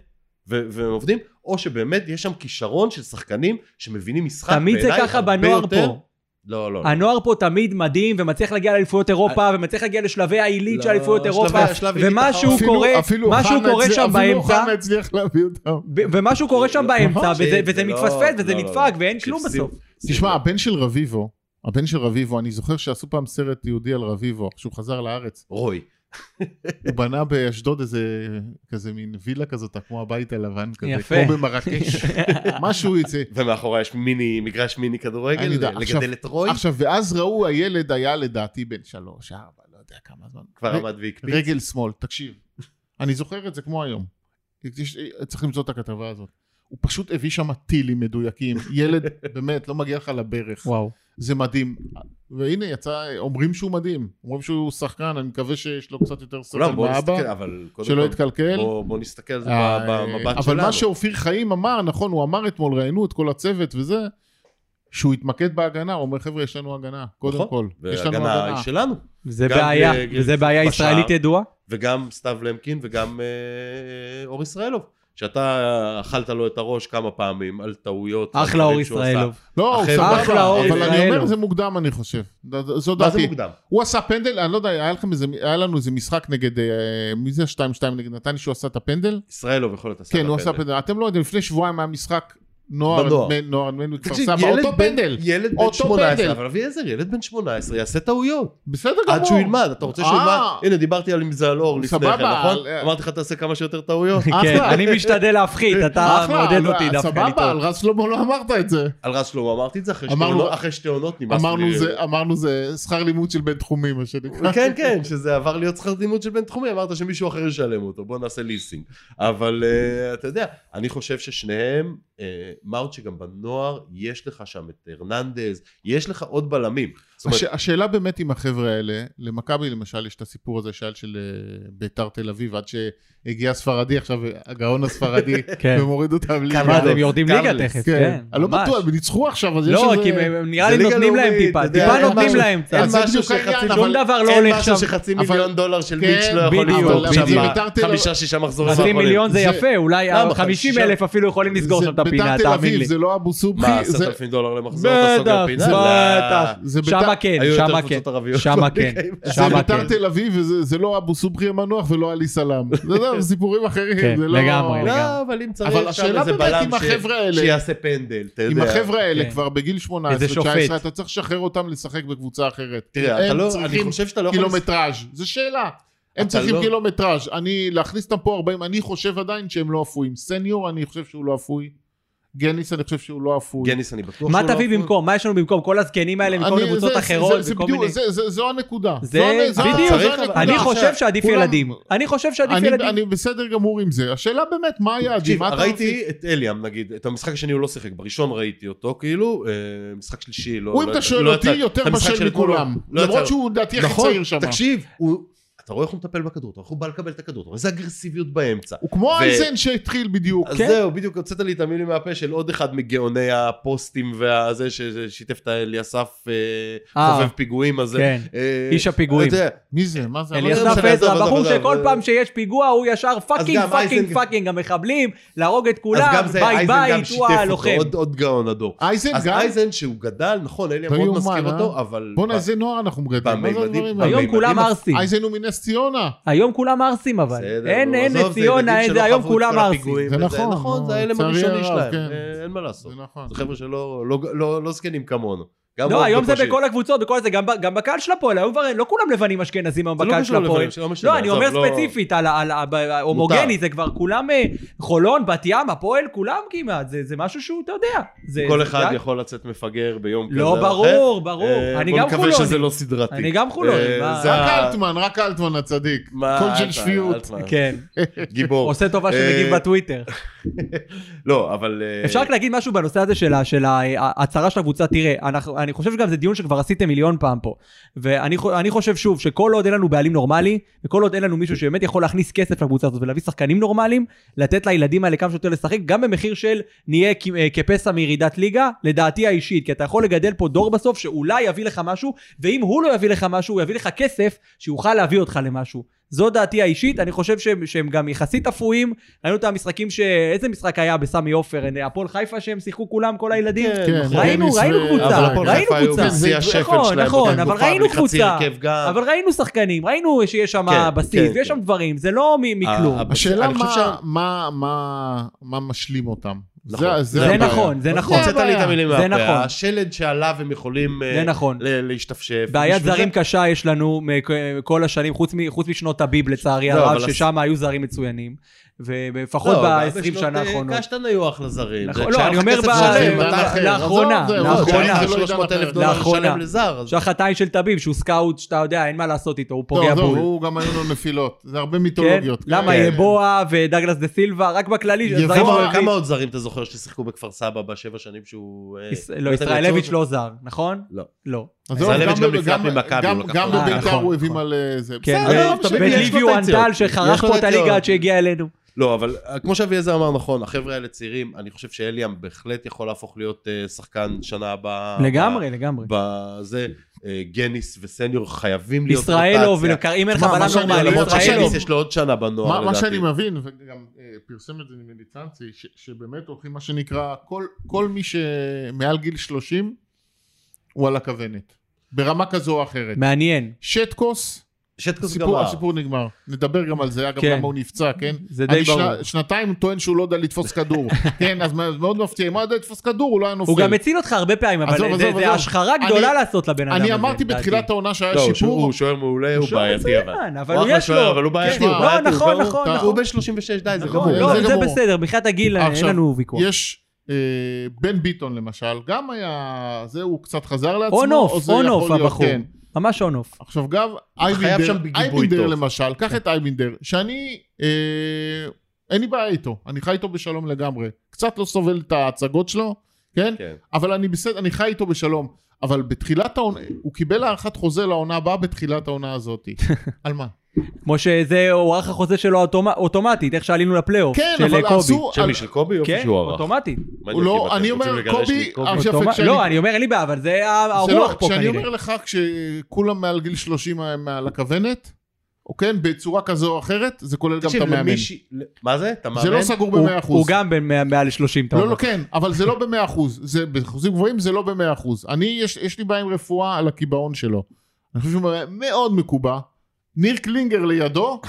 ו- והם עובדים, או שבאמת יש שם כישרון של שחקנים שמבינים משחק, תמיד זה בעיניי ככה הרבה בנוער יותר- פה. לא, לא. לא. הנוער פה תמיד מדהים ומצליח להגיע לאליפויות אירופה ומצליח להגיע לשלבי העילית של אה, לא, אליפויות שלבי- אירופה שלב עילית ומשהו אחרון. אפילו- קורה, אפילו משהו חנה קורה הצליח- שם אפילו באמצע, חנה הצליח להביא אותם. ב- ומשהו קורה שם לא, באמצע נכון, וזה- זה- וזה זה לא- מתפספס לא, וזה לא, לא. נדפק ואין כלום תקשיב, בסוף. שים- תשמע, הבן של רביבו, הבן של רביבו, אני זוכר שעשו פעם סרט יהודי על רביבו, כשהוא חזר לארץ. רוי. הוא בנה באשדוד איזה, כזה מין וילה כזאת, כמו הבית הלבן כזה, יפה. כמו במרקש, משהו יצא. ומאחורי יש מיני, מגרש מיני כדורגל, אני יודע, לגדל עכשיו- את רוי, עכשיו, ואז ראו, הילד היה לדעתי בן שלוש, ארבע, לא יודע כמה זמן. כבר ו- עמד והקפיץ. רגל שמאל, תקשיב. אני זוכר את זה כמו היום. יש- צריך למצוא את הכתבה הזאת. הוא פשוט הביא שם טילים מדויקים. ילד, באמת, לא מגיע לך לברך. וואו. זה מדהים. והנה, יצא, אומרים שהוא מדהים. אומרים שהוא שחקן, אני מקווה שיש לו קצת יותר סבל כולם, בואו נסתכל, מאבא, אבל קודם שלא כל, יתקלקל. בואו בואו נסתכל על זה אה, ב- במבט אבל שלנו. מה שאופיר חיים אמר, נכון, הוא אמר אתמול, ראיינו את כל הצוות וזה, שהוא התמקד בהגנה, הוא אומר, חבר'ה, יש לנו הגנה, קודם נכון, כל. יש לנו וההגנה הגנה. היא שלנו. זה גם בעיה, גריל- זה בעיה בשער. ישראלית ידועה. וגם סתיו למקין וגם אה, אור ישראלוב. שאתה אכלת לו את הראש כמה פעמים על טעויות. ועל אחלה דברים אור שהוא עשה. ישראלוב. לא, הוא אחלה, אחלה, סבבה, אורן אבל אני אומר, ישראלוב. זה מוקדם, אני חושב. ד- ד- זו מה זה דעתי. מוקדם? הוא עשה פנדל, אני לא יודע, היה לכם איזה- היה לנו איזה משחק נגד, אה, מי זה 2-2 נגד נתניה שהוא עשה את הפנדל? ישראלוב יכול להיות עשה את כן, הוא עשה הפנדל. פנדל. אתם לא יודעים, לפני שבועיים היה משחק נוער, בנוער. נדמה- נוער, נדמה לי, כפר תקשיב, סבא, ילד אותו בן- פנדל. ילד בן אותו 18, פנדל. אבל אביעזר, ילד בן 18 יעשה טעויות. בסדר גמור. עד שהוא ילמד, אתה רוצה שהוא אה. ילמד? הנה, דיברתי על עם זלור לפני סבבה, כן, נכון? אה. אמרתי לך, תעשה כמה שיותר טעויות. אחלה. כן, אני משתדל להפחית, אתה אחלה, מעודד לא, אותי דווקא סבבה, על לטעות. רז שלמה לא אמרת את זה. על רז שלמה אמרתי את זה, אחרי שתי אמרנו- עונות- אחרי שתי עונות נמאס לי. אמרנו זה, אמרנו זה שכר לימוד של בן תחומי, מה שנקרא. כן, כן, שזה עבר להיות שכר לימוד של בן תחומי, אמרת שמישהו אחר ישלם אותו, בוא נעשה ליסינג. אבל אה, אתה יודע, אני חושב ששניהם, אה, מאוט שגם בנוער, יש לך שם את הרננדז, יש לך עוד בלמים. זאת אומרת, הש, השאלה באמת עם החבר'ה האלה, למכבי למשל יש את הסיפור הזה שהיה של אה, ביתר תל אביב, עד שהגיע הספרדי עכשיו, הגאון הספרדי, כן. ומוריד אותם מה, קרלס, אז הם יורדים ליגה קרלס, תכף, כן. כן. אני לא ממש. בטוח, הם ניצחו עכשיו, אז יש לא, איזה... כי הם- הם- נראה זה לי ליגה נותנים להם לאומית, טיפה, אתה יודע, טיפה אין נותנים משהו- להם אין קצת. זה משהו בדיוק העניין, שחצי אבל- שום דבר לא אין הולך משהו שם. שחצי אבל- מיליון דולר של כן, מיץ' לא יכול בדיוק. לבדוק אבל- שם אבל בית"ר תל- בחמישה שישה מחזורים חצי מיליון זה זה- יפה, אולי למה? 50 חמישה? אלף אפילו יכולים לסגור זה שם את הפינה, ביתר תל תאמין אביב, לי. זה לא אבו סובחי, מה, זה- אה, עשרת אלפים דולר למחזור, אתה בטח, סוגר פינה? בטח. לא. זה ביתר- שמה כן, היו יותר שמה כן. קבוצות ערביות שמה כן, בליגה עם- זה שמה כן. ביתר תל אביב, וזה זה לא אבו סובחי המנוח ולא עלי סלאם. זה לא, זה סיפורים כן, אחרים, זה לא... לגמרי. לא, אבל אם צריך אבל שם השאלה איזה באמת בלם אם ש- החבר'ה האלה- שיעשה פנדל, אתה עם יודע. החבר'ה כן. האלה כבר בגיל איזה שופט. 18-19, אתה צריך לשחרר אותם לשחק בקבוצה אחרת. תראה, אתה הם לא, אני צריכים חושב שאתה לא יכול... קילומטראז', זו שאלה. הם אתה צריכים לא- קילומטראז'. אני, להכניס אותם פה 40, אני חושב עדיין שהם לא אפויים. סניור, אני חושב שהוא לא אפוי. גניס, אני חושב שהוא לא אפוי. גניס, אני בטוח מה שהוא לא תביא יכול. במקום? מה יש לנו במקום? כל הזקנים האלה מכל אני- קבוצות זה- אחרות זה- זה וכל בדיוק- מיני... זה- זה- זו הנקודה. זה- זו- זו- בדיוק. זו צריך, אבל- הנקודה. אני עכשיו, חושב שעדיף כולם- ילדים. אני חושב שעדיף אני- ילדים. אני בסדר גמור עם זה. השאלה באמת, מה היה תקשיב, עדיף? מה אתה מוציא? ראיתי את אליאם נגיד, את המשחק השני הוא לא שיחק, בראשון ראיתי אותו כאילו, אה, משחק שלישי לא... הוא, אם לא- אתה שואל לא אותי, יצא- יותר את המשחק בשל של כולו, מכולם. לא יצא לו. למרות שהוא דעתי הכי נכון, צעיר שם. תקשיב, הוא- אתה רואה איך הוא מטפל בכדור, אתה רואה איך הוא בא לקבל את הכדור, אתה רואה איזה אגרסיביות באמצע. הוא כמו ו- אייזן שהתחיל בדיוק. אז כן. זהו, בדיוק הוצאת לי את המילים מהפה של עוד אחד מגאוני הפוסטים והזה ששיתף את אליסף אה. חובב פיגועים הזה. כן. אה, איש הפיגועים. אתה יודע, מי זה? מה זה? לא אליסף משנה, עזוב, עזרא, עזוב, הבחור עזוב, שכל זה- פעם שיש פיגוע הוא ישר פאקינג גם פאקינג אייזנג- פאקינג המחבלים, להרוג את אז כולם, גם זה, ביי אייזן ביי, גם שיתף הוא אותו, הלוחם. עוד- עוד גאון הדור. אייזן אז כן, גם? אייזן שהוא גדל, נכון, אליה לא מאוד יאומן, מזכיר אה? אותו, אבל... בואנה, ב- איזה נוער אנחנו מגדלים. מה זה בממדים- הדברים האלה? היום בממדים כולם הפ- ארסים. אייזן הוא מנס ציונה. היום כולם ערסים אבל. בסדר, אין, נו, אין עזוב, נס ציונה, ילדים אין שלא זה, היום חוו את כולם כל ערסים. הפיגועים זה וזה, נכון, נכון, נו, זה ההלם לצערי הראשוני הרב, שלהם, כן. אה, אין מה לעשות. זה נכון. זה חבר'ה שלא לא- לא- לא זקנים כמונו. גם לא, מאוד היום זה בקושי. בכל הקבוצות, בכל זה, גם ב- גם בקהל של הפועל, היום כבר לא כולם לבנים אשכנזים היום זה לא בקהל של קשור הפועל. לבנים, שלא משנה, לא, אני עזוב, אומר לא- ספציפית על ה- על ה- ב- ההומוגני, זה כבר כולם אה, חולון, בת ים, הפועל, כולם כמעט, זה זה משהו שהוא, אתה יודע. זה- כל זה אחד רק- יכול לצאת מפגר ביום כזה. לא, או אחר. ברור, ברור. אה, אני גם בוא נקווה חולוני. שזה לא סדרתי. אני גם חולוני, אה, מה? זה רק ה- אלטמן, רק אלטמן הצדיק. מה, קול של אלטמן, שפיות. אלטמן. כן, גיבור. עושה טובה אה, שמגיב בטוויטר. לא, אבל... אה, אפשר רק להגיד משהו בנושא הזה של ה- של ההצהרה של הקבוצה, תראה, אנחנו- אני חושב שגם זה דיון שכבר עשיתם מיליון פעם פה, ואני חו- אני חושב שוב, שכל עוד אין לנו בעלים נורמלי, וכל עוד אין לנו מישהו שבאמת יכול להכניס כסף לקבוצה הזאת ולהביא שחקנים נורמליים, לתת לילדים האלה כמה שיותר לשחק, גם במחיר של נהיה כ- אה, כפסע מירידת ליגה, לדעתי האישית, כי אתה יכול לגדל פה דור בסוף שאולי יביא לך משהו, ואם הוא לא יביא לך משהו, הוא יביא לך כסף שיוכל להביא אותך למשהו. זו דעתי האישית, אני חושב שהם, שהם גם יחסית אפויים, ראינו את המשחקים ש... איזה משחק היה בסמי עופר, אה, הפועל חיפה שהם שיחקו כולם, כל הילדים? כן, נכון. ראינו, דניס ראינו ו- קבוצה, אבל הפועל ראינו חיפה היו קבוצה. בשיא השפל נכון, שלהם נכון, באותה אבל תקופה, ראינו בלי חצי קבוצה. הרכב גם. אבל ראינו שחקנים, ראינו שיש שם כן, בסיס, כן, אה, ויש כן. שם דברים, זה לא מ- מכלום. ה- ה- השאלה אני חושב מה- שה- מה- מה- מה משלים אותם. נכון. זה- זה זה הבעיה. נכון, זה נכון. אוקיי, הוצאת לי את המילים זה מהפה. נכון. השלד שעליו הם יכולים אה, זה נכון. ל- להשתפשף. בעיית בשביל זרים זה- קשה יש לנו מכ- כל השנים, חוץ מ- חוץ משנות הביב לצערי לא, הרב, אבל- ששם היו זרים מצוינים, ולפחות לא, אבל ב-20 בשנות, שנה אה, האחרונות. קשטן היו אחלה זרים. נכון, זה לא, כשהיה אני לך אומר כסף ב- שלם, אה, אתה- אחר. לאחרונה, עזוב, זהו, נכון, לאחרונה. כשהיה לך זה לא עידן 300 אלף אחר. דולר לאחרונה. לשלם לזר. אז- שהחתן של תביב, שהוא סקאוט, שאתה יודע, אין מה לעשות איתו, הוא פוגע טוב, בול. טוב, לא, הוא גם היו לו נפילות. זה הרבה כן? מיתולוגיות. למה כן. יבואה ודגלס דה סילבה, רק בכללי, יבואה- זרים כמה- אוהבים. כמה עוד זרים אתה זוכר ששיחקו בכפר סבא בשבע שנים שהוא... אה, יש- לא, בעצם ישראלביץ' יצאו- לא זר, נכון? לא. לא. אז ישראל זהו, לויץ' גם ב- נפלט ממכבי, גם- הוא לקח גם אותו. בביתר נכון, הוא הביא נכון. על אה, זה. כן, בסדר, לא ו- משנה. תמיד יש לו וליביו פוטנציאל. אנטל יש שחרך לו פה את הליגה פוטנציאל. עד שהגיע אלינו. לא, אבל אה, כמו שאביעזר אמר נכון, החבר'ה האלה צעירים, אני חושב שאליאם בהחלט יכול להפוך להיות אה, שחקן שנה הבאה. לגמרי, לגמרי. בזה, אה, גניס וסניור חייבים להיות ישראלוב, אם אין לך מה, בלם מה שאני- נורמלי, למרות ישראלוב. שגניס יש לו עוד שנה בנוער מה לא, לדעתי. מה שאני מבין, וגם אה, פרסם את זה מליצנצי, ש- שבאמת הולכים מה שנקרא, כל- כל מי שמעל גיל 30 הוא על הכוונת. ברמה כזו או אחרת. מעניין. שטקוס, שטקוס סיפור- גמר. הסיפור נגמר. נדבר גם על זה, אגב, כן. למה הוא נפצע, כן? זה די אני שנה- ברור. שנתיים טוען שהוא לא יודע לתפוס כדור. כן, אז מה- מאוד מפתיע, אם הוא היה יודע לתפוס כדור, הוא לא היה נופל. הוא גם הציל אותך הרבה פעמים, אבל עזוב, זה- עזוב, זה עזוב. השחרה אני- גדולה לעשות לבן אדם הזה. אני אמרתי בתחילת לדעתי. העונה שהיה לא, הוא שוער- שיפור, הוא שוער מעולה, הוא שוער בעייתי מצוין, אבל. אבל הוא הוא אחלה יש לו. שוער, אבל הוא בעייתי. כן, הוא לא, בעייתי, הוא נכון, גמור. נכון, הוא נכון. בן 36, די, זה נכון, גמור. לא, זה- לא, זה זה גמור. בסדר, מבחינת הגיל אין עכשיו, לנו ויכוח. יש אה, בן ביטון למשל, גם היה, זה הוא קצת חזר לעצמו, און או אוף, זה און יכול אוף להיות, הבחור. כן. ממש און אוף. עכשיו גם חייב אייבינדר, שם בגיבוי אייבינדר טוב. למשל, קח את אייבינדר, שאני, אה, אין לי בעיה איתו, אני חי איתו בשלום לגמרי, קצת לא סובל את ההצגות שלו, כן? כן. אבל אני בסדר, אני חי איתו בשלום, אבל בתחילת העונה, הוא קיבל הארכת חוזה לעונה הבאה בתחילת העונה הזאת, על מה? כמו שזה הוארך החוזה שלו אוטומ- אוטומטית, איך שעלינו לפלייאוף. כן, של אה, אבל קובי. עשו, של על- מי, של קובי? יופי כן, שהוא ערך. אוטומטית. מעניין הוא אותי, לא, אתם אני רוצים אומר, לגרש לי קובי, את קובי? עכשיו אוטומט- כשאני- לא, אני אומר, אין לי בעיה, אבל זה ה- זה לא, הרוח פה כשאני כנראה. אומר לך, כשכולם מעל גיל 30 הם מעל הכוונת, או כן, בצורה כזו או אחרת, זה כולל גם את תקשיב, המאמן. למי ש... מה זה? אתה מאמן? זה לא סגור הוא- ב-100%. הוא גם בין מאה- מעל 30, אתה לא, לא, אומר. כן, אבל זה לא ב-100%. זה באחוזים גבוהים זה לא ב-100%. אני, יש, יש לי בעיה עם רפואה על הקיבעון שלו. אני חושב שהוא מאוד מקובע. ניר קלינגר לידו,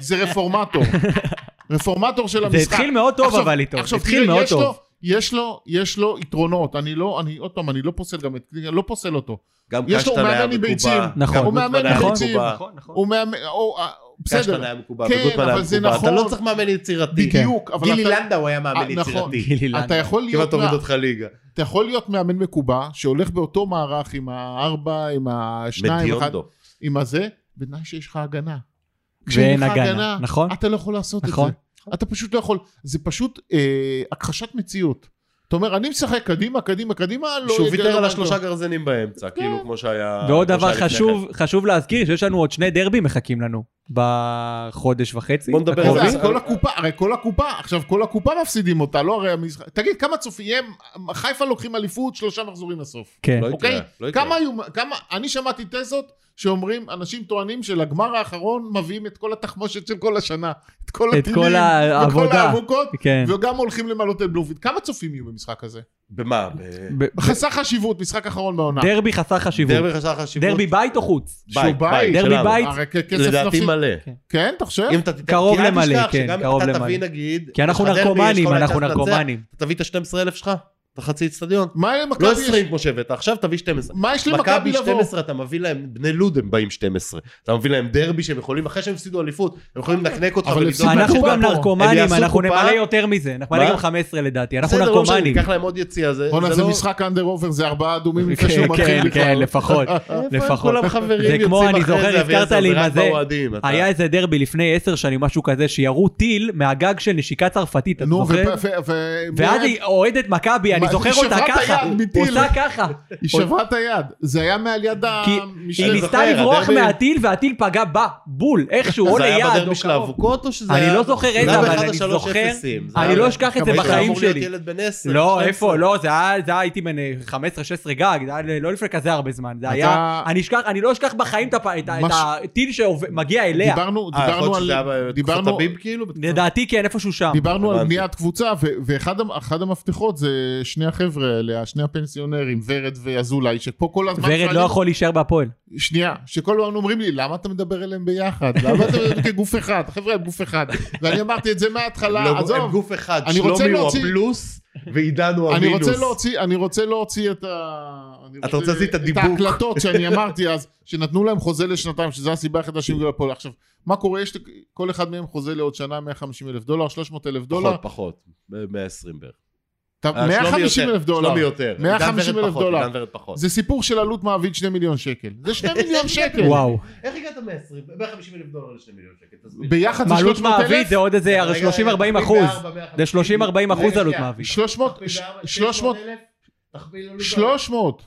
זה רפורמטור. רפורמטור של זה המשחק. התחיל מאוד טוב עכשיו- אבל איתו. עכשיו התחיל תראה, מאוד יש לו, טוב. יש לו, יש לו יתרונות. אני לא, אני, עוד פעם, אני לא פוסל גם את קלינגר, אני לא פוסל אותו. גם יש לו קשטן היה מאמן עם ביצים. מקובע. נכון. גם הוא גוטמן מאמן היה עם מקובע. ביצים. נכון, נכון. הוא מאמן, או, אה, קשטן בסדר, היה מקובע, כן, וגוטמן היה אבל זה מקובע. אתה נכון. לא צריך מאמן יצירתי. בדיוק, אבל כן. גילי אתה- לנדאו היה מאמן אה, נכון. יצירתי. גילי לנדאו. אתה יכול כמעט להיות, הוריד מה- אותך ליגה. אתה יכול להיות מאמן מקובע שהולך באותו מערך עם הארבע, עם השניים, עם אחד- מדיונדו. עם הזה, בתנאי שיש לך הגנה. ואין כשאין לך הגנה, אה, נכון? אתה לא יכול לעשות את נכון. זה. אתה פשוט לא יכול. זה פשוט אה, הכחשת מציאות. אתה אומר, אני משחק קדימה, קדימה, קדימה, לא... שהוא יודע ויתר על מה השלושה טוב. כן. גרזנים באמצע, כאילו כמו שהיה... ועוד כמו דבר שהיה לפני כן. חשוב, חשוב להזכיר שיש לנו עוד שני דרבים מחכים לנו בחודש וחצי. בוא נדבר על הקרובים. גרזנים. אז כל הקופה, הרי כל הקופה, עכשיו כל הקופה מפסידים אותה, לא הרי המשחק... תגיד, כמה צופים, הם- חיפה לוקחים אליפות שלושה מחזורים לסוף. כן. לא יקרה, אוקיי? לא יקרה. כמה היו, כמה, אני שמעתי תזות שאומרים, אנשים טוענים שלגמר האחרון מביאים את כל התחמושת של כל השנה, לא, את כל את הטילים, כל וכל העבודה. האבוקות, כן. וגם הולכים למלות את בלומפילד. כמה צופים יהיו במשחק הזה? במה? ב- ב- חסר חשיבות, משחק אחרון בעונה. דרבי חסר חשיבות. דרבי חסר חשיבות. דרבי בית או חוץ? בית, שהוא בית. דרבי שלנו. בית. הרי כ- כסף לדעתי נפסיד. מלא. כן, אתה חושב? אם אתה תיתן... קרוב כי אל למלא, תשכח כן, שגם קרוב אתה למלא. תביא נגיד... כי אנחנו לך דרבי, יש לך נרקומנים, אולי אנחנו צ'אנס לנצח, נרקומנים. אתה תביא את ה-12,000 שלך, אתה חצי אצטדיון. מה יהיה לא למכבי? 20 כמו שהבאת, עכשיו תביא 12. מה יש למכבי מכבי לבוא? 12, אתה מביא להם, בני לוד הם באים 12. אתה מביא להם דרבי שהם יכולים, אחרי שהם הפסידו אליפות, הם יכולים לנקנק אותך אוקיי. אבל ולבדוק. הפסידו אנחנו קופה גם פה. הם נרקומנים, יעשו אנחנו קופה. נמלא יותר מזה. אנחנו מה? נמלא גם 15 לדעתי, אנחנו בסדר, לא משנה, נרקומנים. ניקח להם עוד יציאה, זה בואנה, זה זה לא... משחק אנדר אובר, זה ארבעה אדומים לפני שהוא כן, מתחיל כן, בכלל. כן, לפחות. איפה הם לפחות. כולם חברים זה יוצאים כמו, אני אחרי זוכר, זה, הזכרת אביעזר, לי זה מה רק זה. באוהדים, אתה- היה איזה דרבי לפני עשר שנים, משהו כזה, שירו טיל מהגג של נשיקה צרפתית, אתה נו, זוכר? ואז היא אוהדת מכבי, אני מה, זוכר היא אותה שברה את ככה, היד מטיל. עושה ככה. והיא שברה את היד. זה היה מעל יד כי המשנה. היא ניסתה זוכר, לברוח הדרבי- מהטיל והטיל פגע בה, בול, איכשהו, או זה היה ליד, או בדרבי של קרוב. האבוקות או שזה אני היה... לא זוכר זה איזה, היה אבל באחד אני השלוש זוכר. אפסים, זה אני היה- לא אשכח את זה היית בחיים אמור להיות שלי. ילד בן 10. לא, 12. איפה, לא, זה היה, זה היה, הייתי בן אה, 15-16 גג, זה היה לא לפני כזה הרבה זמן, זה אתה- היה, אני אשכח, אני לא אשכח בחיים את הפ- את ה- את מש- הטיל שמגיע אליה. דיברנו, אה, יכול דיברנו להיות שזה היה על, בתקופת דיברנו, הביב כאילו? לדעתי כן, איפשהו שם. דיברנו על הבנתי. בניית קבוצה, ו- ואחד המ- אחד המפתחות זה שני החבר'ה האלה, שני הפנסיונרים, ורד ואזולאי, שפה כל הזמן... ורד לא שואלים- יכול להישאר בהפועל. שנייה, שכל הזמן אומרים לי, למה אתה מדבר אליהם ביחד? למה אתה מדבר כגוף אחד? החבר'ה הם גוף אחד. ואני אמרתי את זה הם מההתחלה, לא- הם עזוב. גוף אחד, אני רוצה שלומי הוא להוציא- הפלוס, ועידן הוא אני המינוס. רוצה להוציא, אני רוצה להוציא את ה... אני אתה רוצה להוציא את הדיבוק. את ההקלטות שאני אמרתי אז, שנתנו להם חוזה לשנתיים, שזו הסיבה היחידה שהם הגיעו לפועל. עכשיו, מה קורה? יש כל אחד מהם חוזה לעוד שנה 150 אלף דולר, 300 אלף דולר. פחות, פחות, ב- 120 בערך. אתה- נכון. אה, שלומי 150 יותר, אלף דולר. שלומי יותר. 150,000 עידן ורד פחות, דולר. עידן ורד פחות. זה סיפור של עלות מעביד 2 מיליון שקל. זה 2 מיליון כן. שקל. וואו. איך הגעת מ-20? 150 אלף דולר ל-2 מיליון שקל, תסביר. ביחד זה מעלות 300 מעביד אלף? זה עוד איזה רגע, 30-40 תכפיל אחוז. בארבע, 150. זה 30-40 אחוז רגע, עלות שנייה. מעביד. 300, תכפיל בארבע, 300, 600,000, תכפיל לנו 300.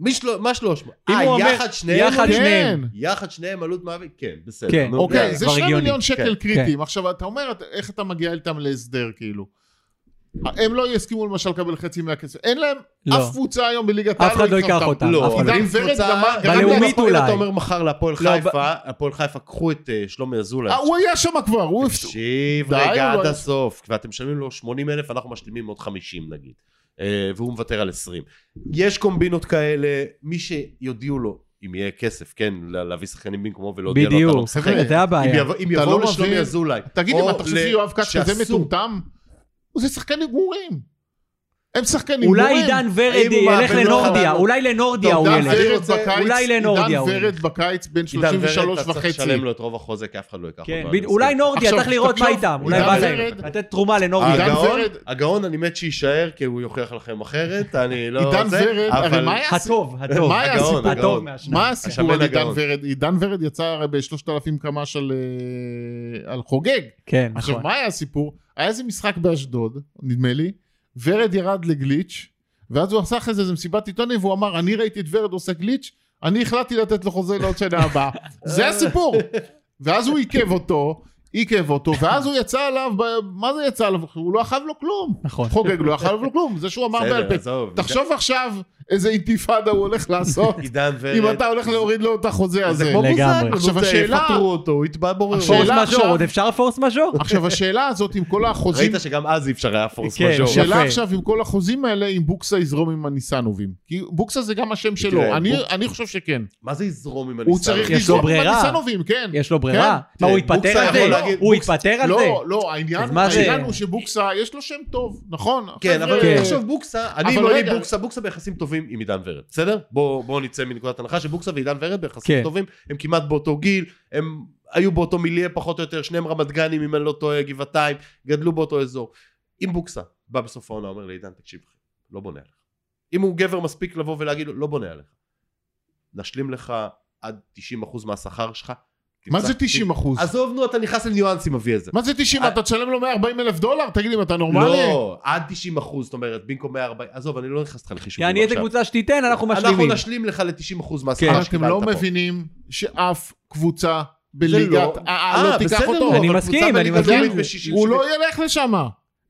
מי שלו- מה 300? אם הוא אה, אומר- יחד שניהם? יחד עלות- שניהם. כן. יחד שניהם עלות מעביד? כן, בסדר. כן. נו, אוקיי, זה כבר 2 הגיוני. מיליון כן, שקל קריטיים. עכשיו, אתה אומר, את- איך אתה מגיע איתם להסדר, כאילו? הם לא יסכימו למשל לקבל חצי מהכסף. אין להם, לא. אף קבוצה היום בליגת אף אחד לא ייקח אותם. לא, אף אבל אחד לא. אם עידן ורד קבוצה- גמר- גם בלאומית אם הפועל, אולי. אתה אומר מחר להפועל לא, חיפה, הפועל חיפה קחו את אה, שלומי אזולאי. אה, הוא היה שם כבר, הוא... תקשיב די, רגע הוא עד לא- הסוף, ואתם משלמים לו 80 אלף, אנחנו משלימים עוד 50 נגיד, אה, והוא מוותר על 20. יש קומבינות כאלה, מי שיודיעו לו, אם יהיה כסף, כן, לה- להביא שחקנים במקומו ולהודיע לו, אתה לא בדיוק, משחק. חבר'ה, זה אם הבעיה. יבוא- אם אתה יבואו לא לשלומי מבין. אזולאי, תגיד לי, או מה, אתה חושב ל- שיואב כץ כזה שאסור. מטומטם? זה שחקנים גרועים. הם שחקנים גרועים. אולי עידן ורד אם הוא לא ילך מעביר לו לנורדיה, חלון. אולי לנורדיה טוב, הוא עידן ילך. אני ורד רוצה- בקיץ- אולי לנורדיה עידן הוא ורד בקיץ בן עידן ורד, 33 אתה צריך וחצי. לשלם לו את רוב החוזה, כי אף אחד לא ייקח כן, אותו. בדיוק. אולי נורדיה, עכשיו, צריך לראות מה תחשוב, אה, איתם. אולי עידן בא להם. ורד- לתת תרומה לנורדיה. עידן הגאון, ורד- הגאון אני מת שיישאר כי הוא יוכיח לכם אחרת, אני לא... עידן זה, ורד, אבל- הרי מה היה הסיפור? הטוב, כן. הטוב. מה היה הגאון, הסיפור? הגאון. הטוב מהשניים. מה הסיפור השמן על עידן הגאון. ורד? עידן ורד יצא הרי ב-3,000 קמ"ש על, אה, על חוגג. כן, עכשיו, נכון. מה היה הסיפור? היה איזה משחק באשדוד, נדמה לי, ורד ירד לגליץ', ואז הוא עשה אחרי זה איזה מסיבת עיתונאים, והוא אמר, אני ראיתי את ורד עושה גליץ', אני החלטתי לתת לו חוזה לעוד שנה הבאה. זה הסיפור. ואז הוא עיכב אותו, עיכב אותו, ואז הוא יצא עליו, ב- מה זה יצא עליו? הוא לא אכב לו כלום. נכון. חוגג לא אכב לו כלום, זה שהוא אמר בסדר, בעל פה. עזוב, תחשוב עכשיו איזה אינתיפאדה הוא הולך לעשות, עידן ורד... אם אתה הולך להוריד לו את החוזה כן. זה הזה. כמו לגמרי. בוזגלו, עכשיו, נו, השאלה- יפטרו אותו, הוא יתבע בורר. עכשיו, פורס שאלה מז'ור, עכשיו- עוד אפשר פורס מז'ור? עכשיו השאלה הזאת עם כל האחוזים, ראית שגם אז אי אפשר היה פורס כן, מז'ור. שאלה- השאלה יפה. עכשיו עם כל החוזים האלה אם בוקסה יזרום עם הניסנובים, כי בוקסה זה גם השם שלו, תראה, אני- בוק- אני חושב שכן, מה זה יזרום עם הניסיון? הוא יש צריך לו לזרום עם ברירה. הניסנובים, כן, יש לו ברירה? כן. מה, הוא כן, יתפטר בוקסה על זה? יכול להגיד- הוא יתפטר על זה? לא, לא, העניין אז מה זה? העניין הוא שבוקסה יש לו שם טוב, נכון, כן, החבר'ה- אבל כן. תחשוב בוקסה, אני אבל לא רגע- עם בוקסה, בוקסה ביחסים טובים עם עידן ורד, בסדר? בואו בואו נצא מנקודת הנחה שבוקסה ועידן ורד כן. ביחסים טובים, הם כמעט באותו גיל, הם היו באותו מיליה פחות או יותר, שניהם רמת גנים, אם אני לא טועה, גבעתיים, גדלו באותו אזור. אם בוקסה בא בסוף העונה, אומר לעידן, תקשיב, אחי, לא בונה עליך. אם הוא גבר מספיק לבוא ולהגיד לו, לא בונה עליך. נשלים לך עד 90% מהשכר שלך. מה זה תמצא- 90 אחוז? עזוב נו, אתה נכנס לניואנסים, אבי הזה. מה זה 90? אה- אתה תשלם לו 140 אלף דולר? תגיד לי, אתה נורמלי? לא, עד 90 אחוז, זאת אומרת, במקום 140, עזוב, אני לא נכנס לך לחישובים יעני איזה קבוצה שתיתן, אנחנו אנחנו משלימים. נשלים לך ל-90 אחוז כן. מהשכר אבל אתם שקיבלת לא פה. מבינים שאף קבוצה בליגת אה, העל לא תיקח בסדר, אותו. נו, אני אבל מסכים, קבוצה אני בליגה מסכים. לאומית ב-60 הוא שקלים. לא ילך לשם.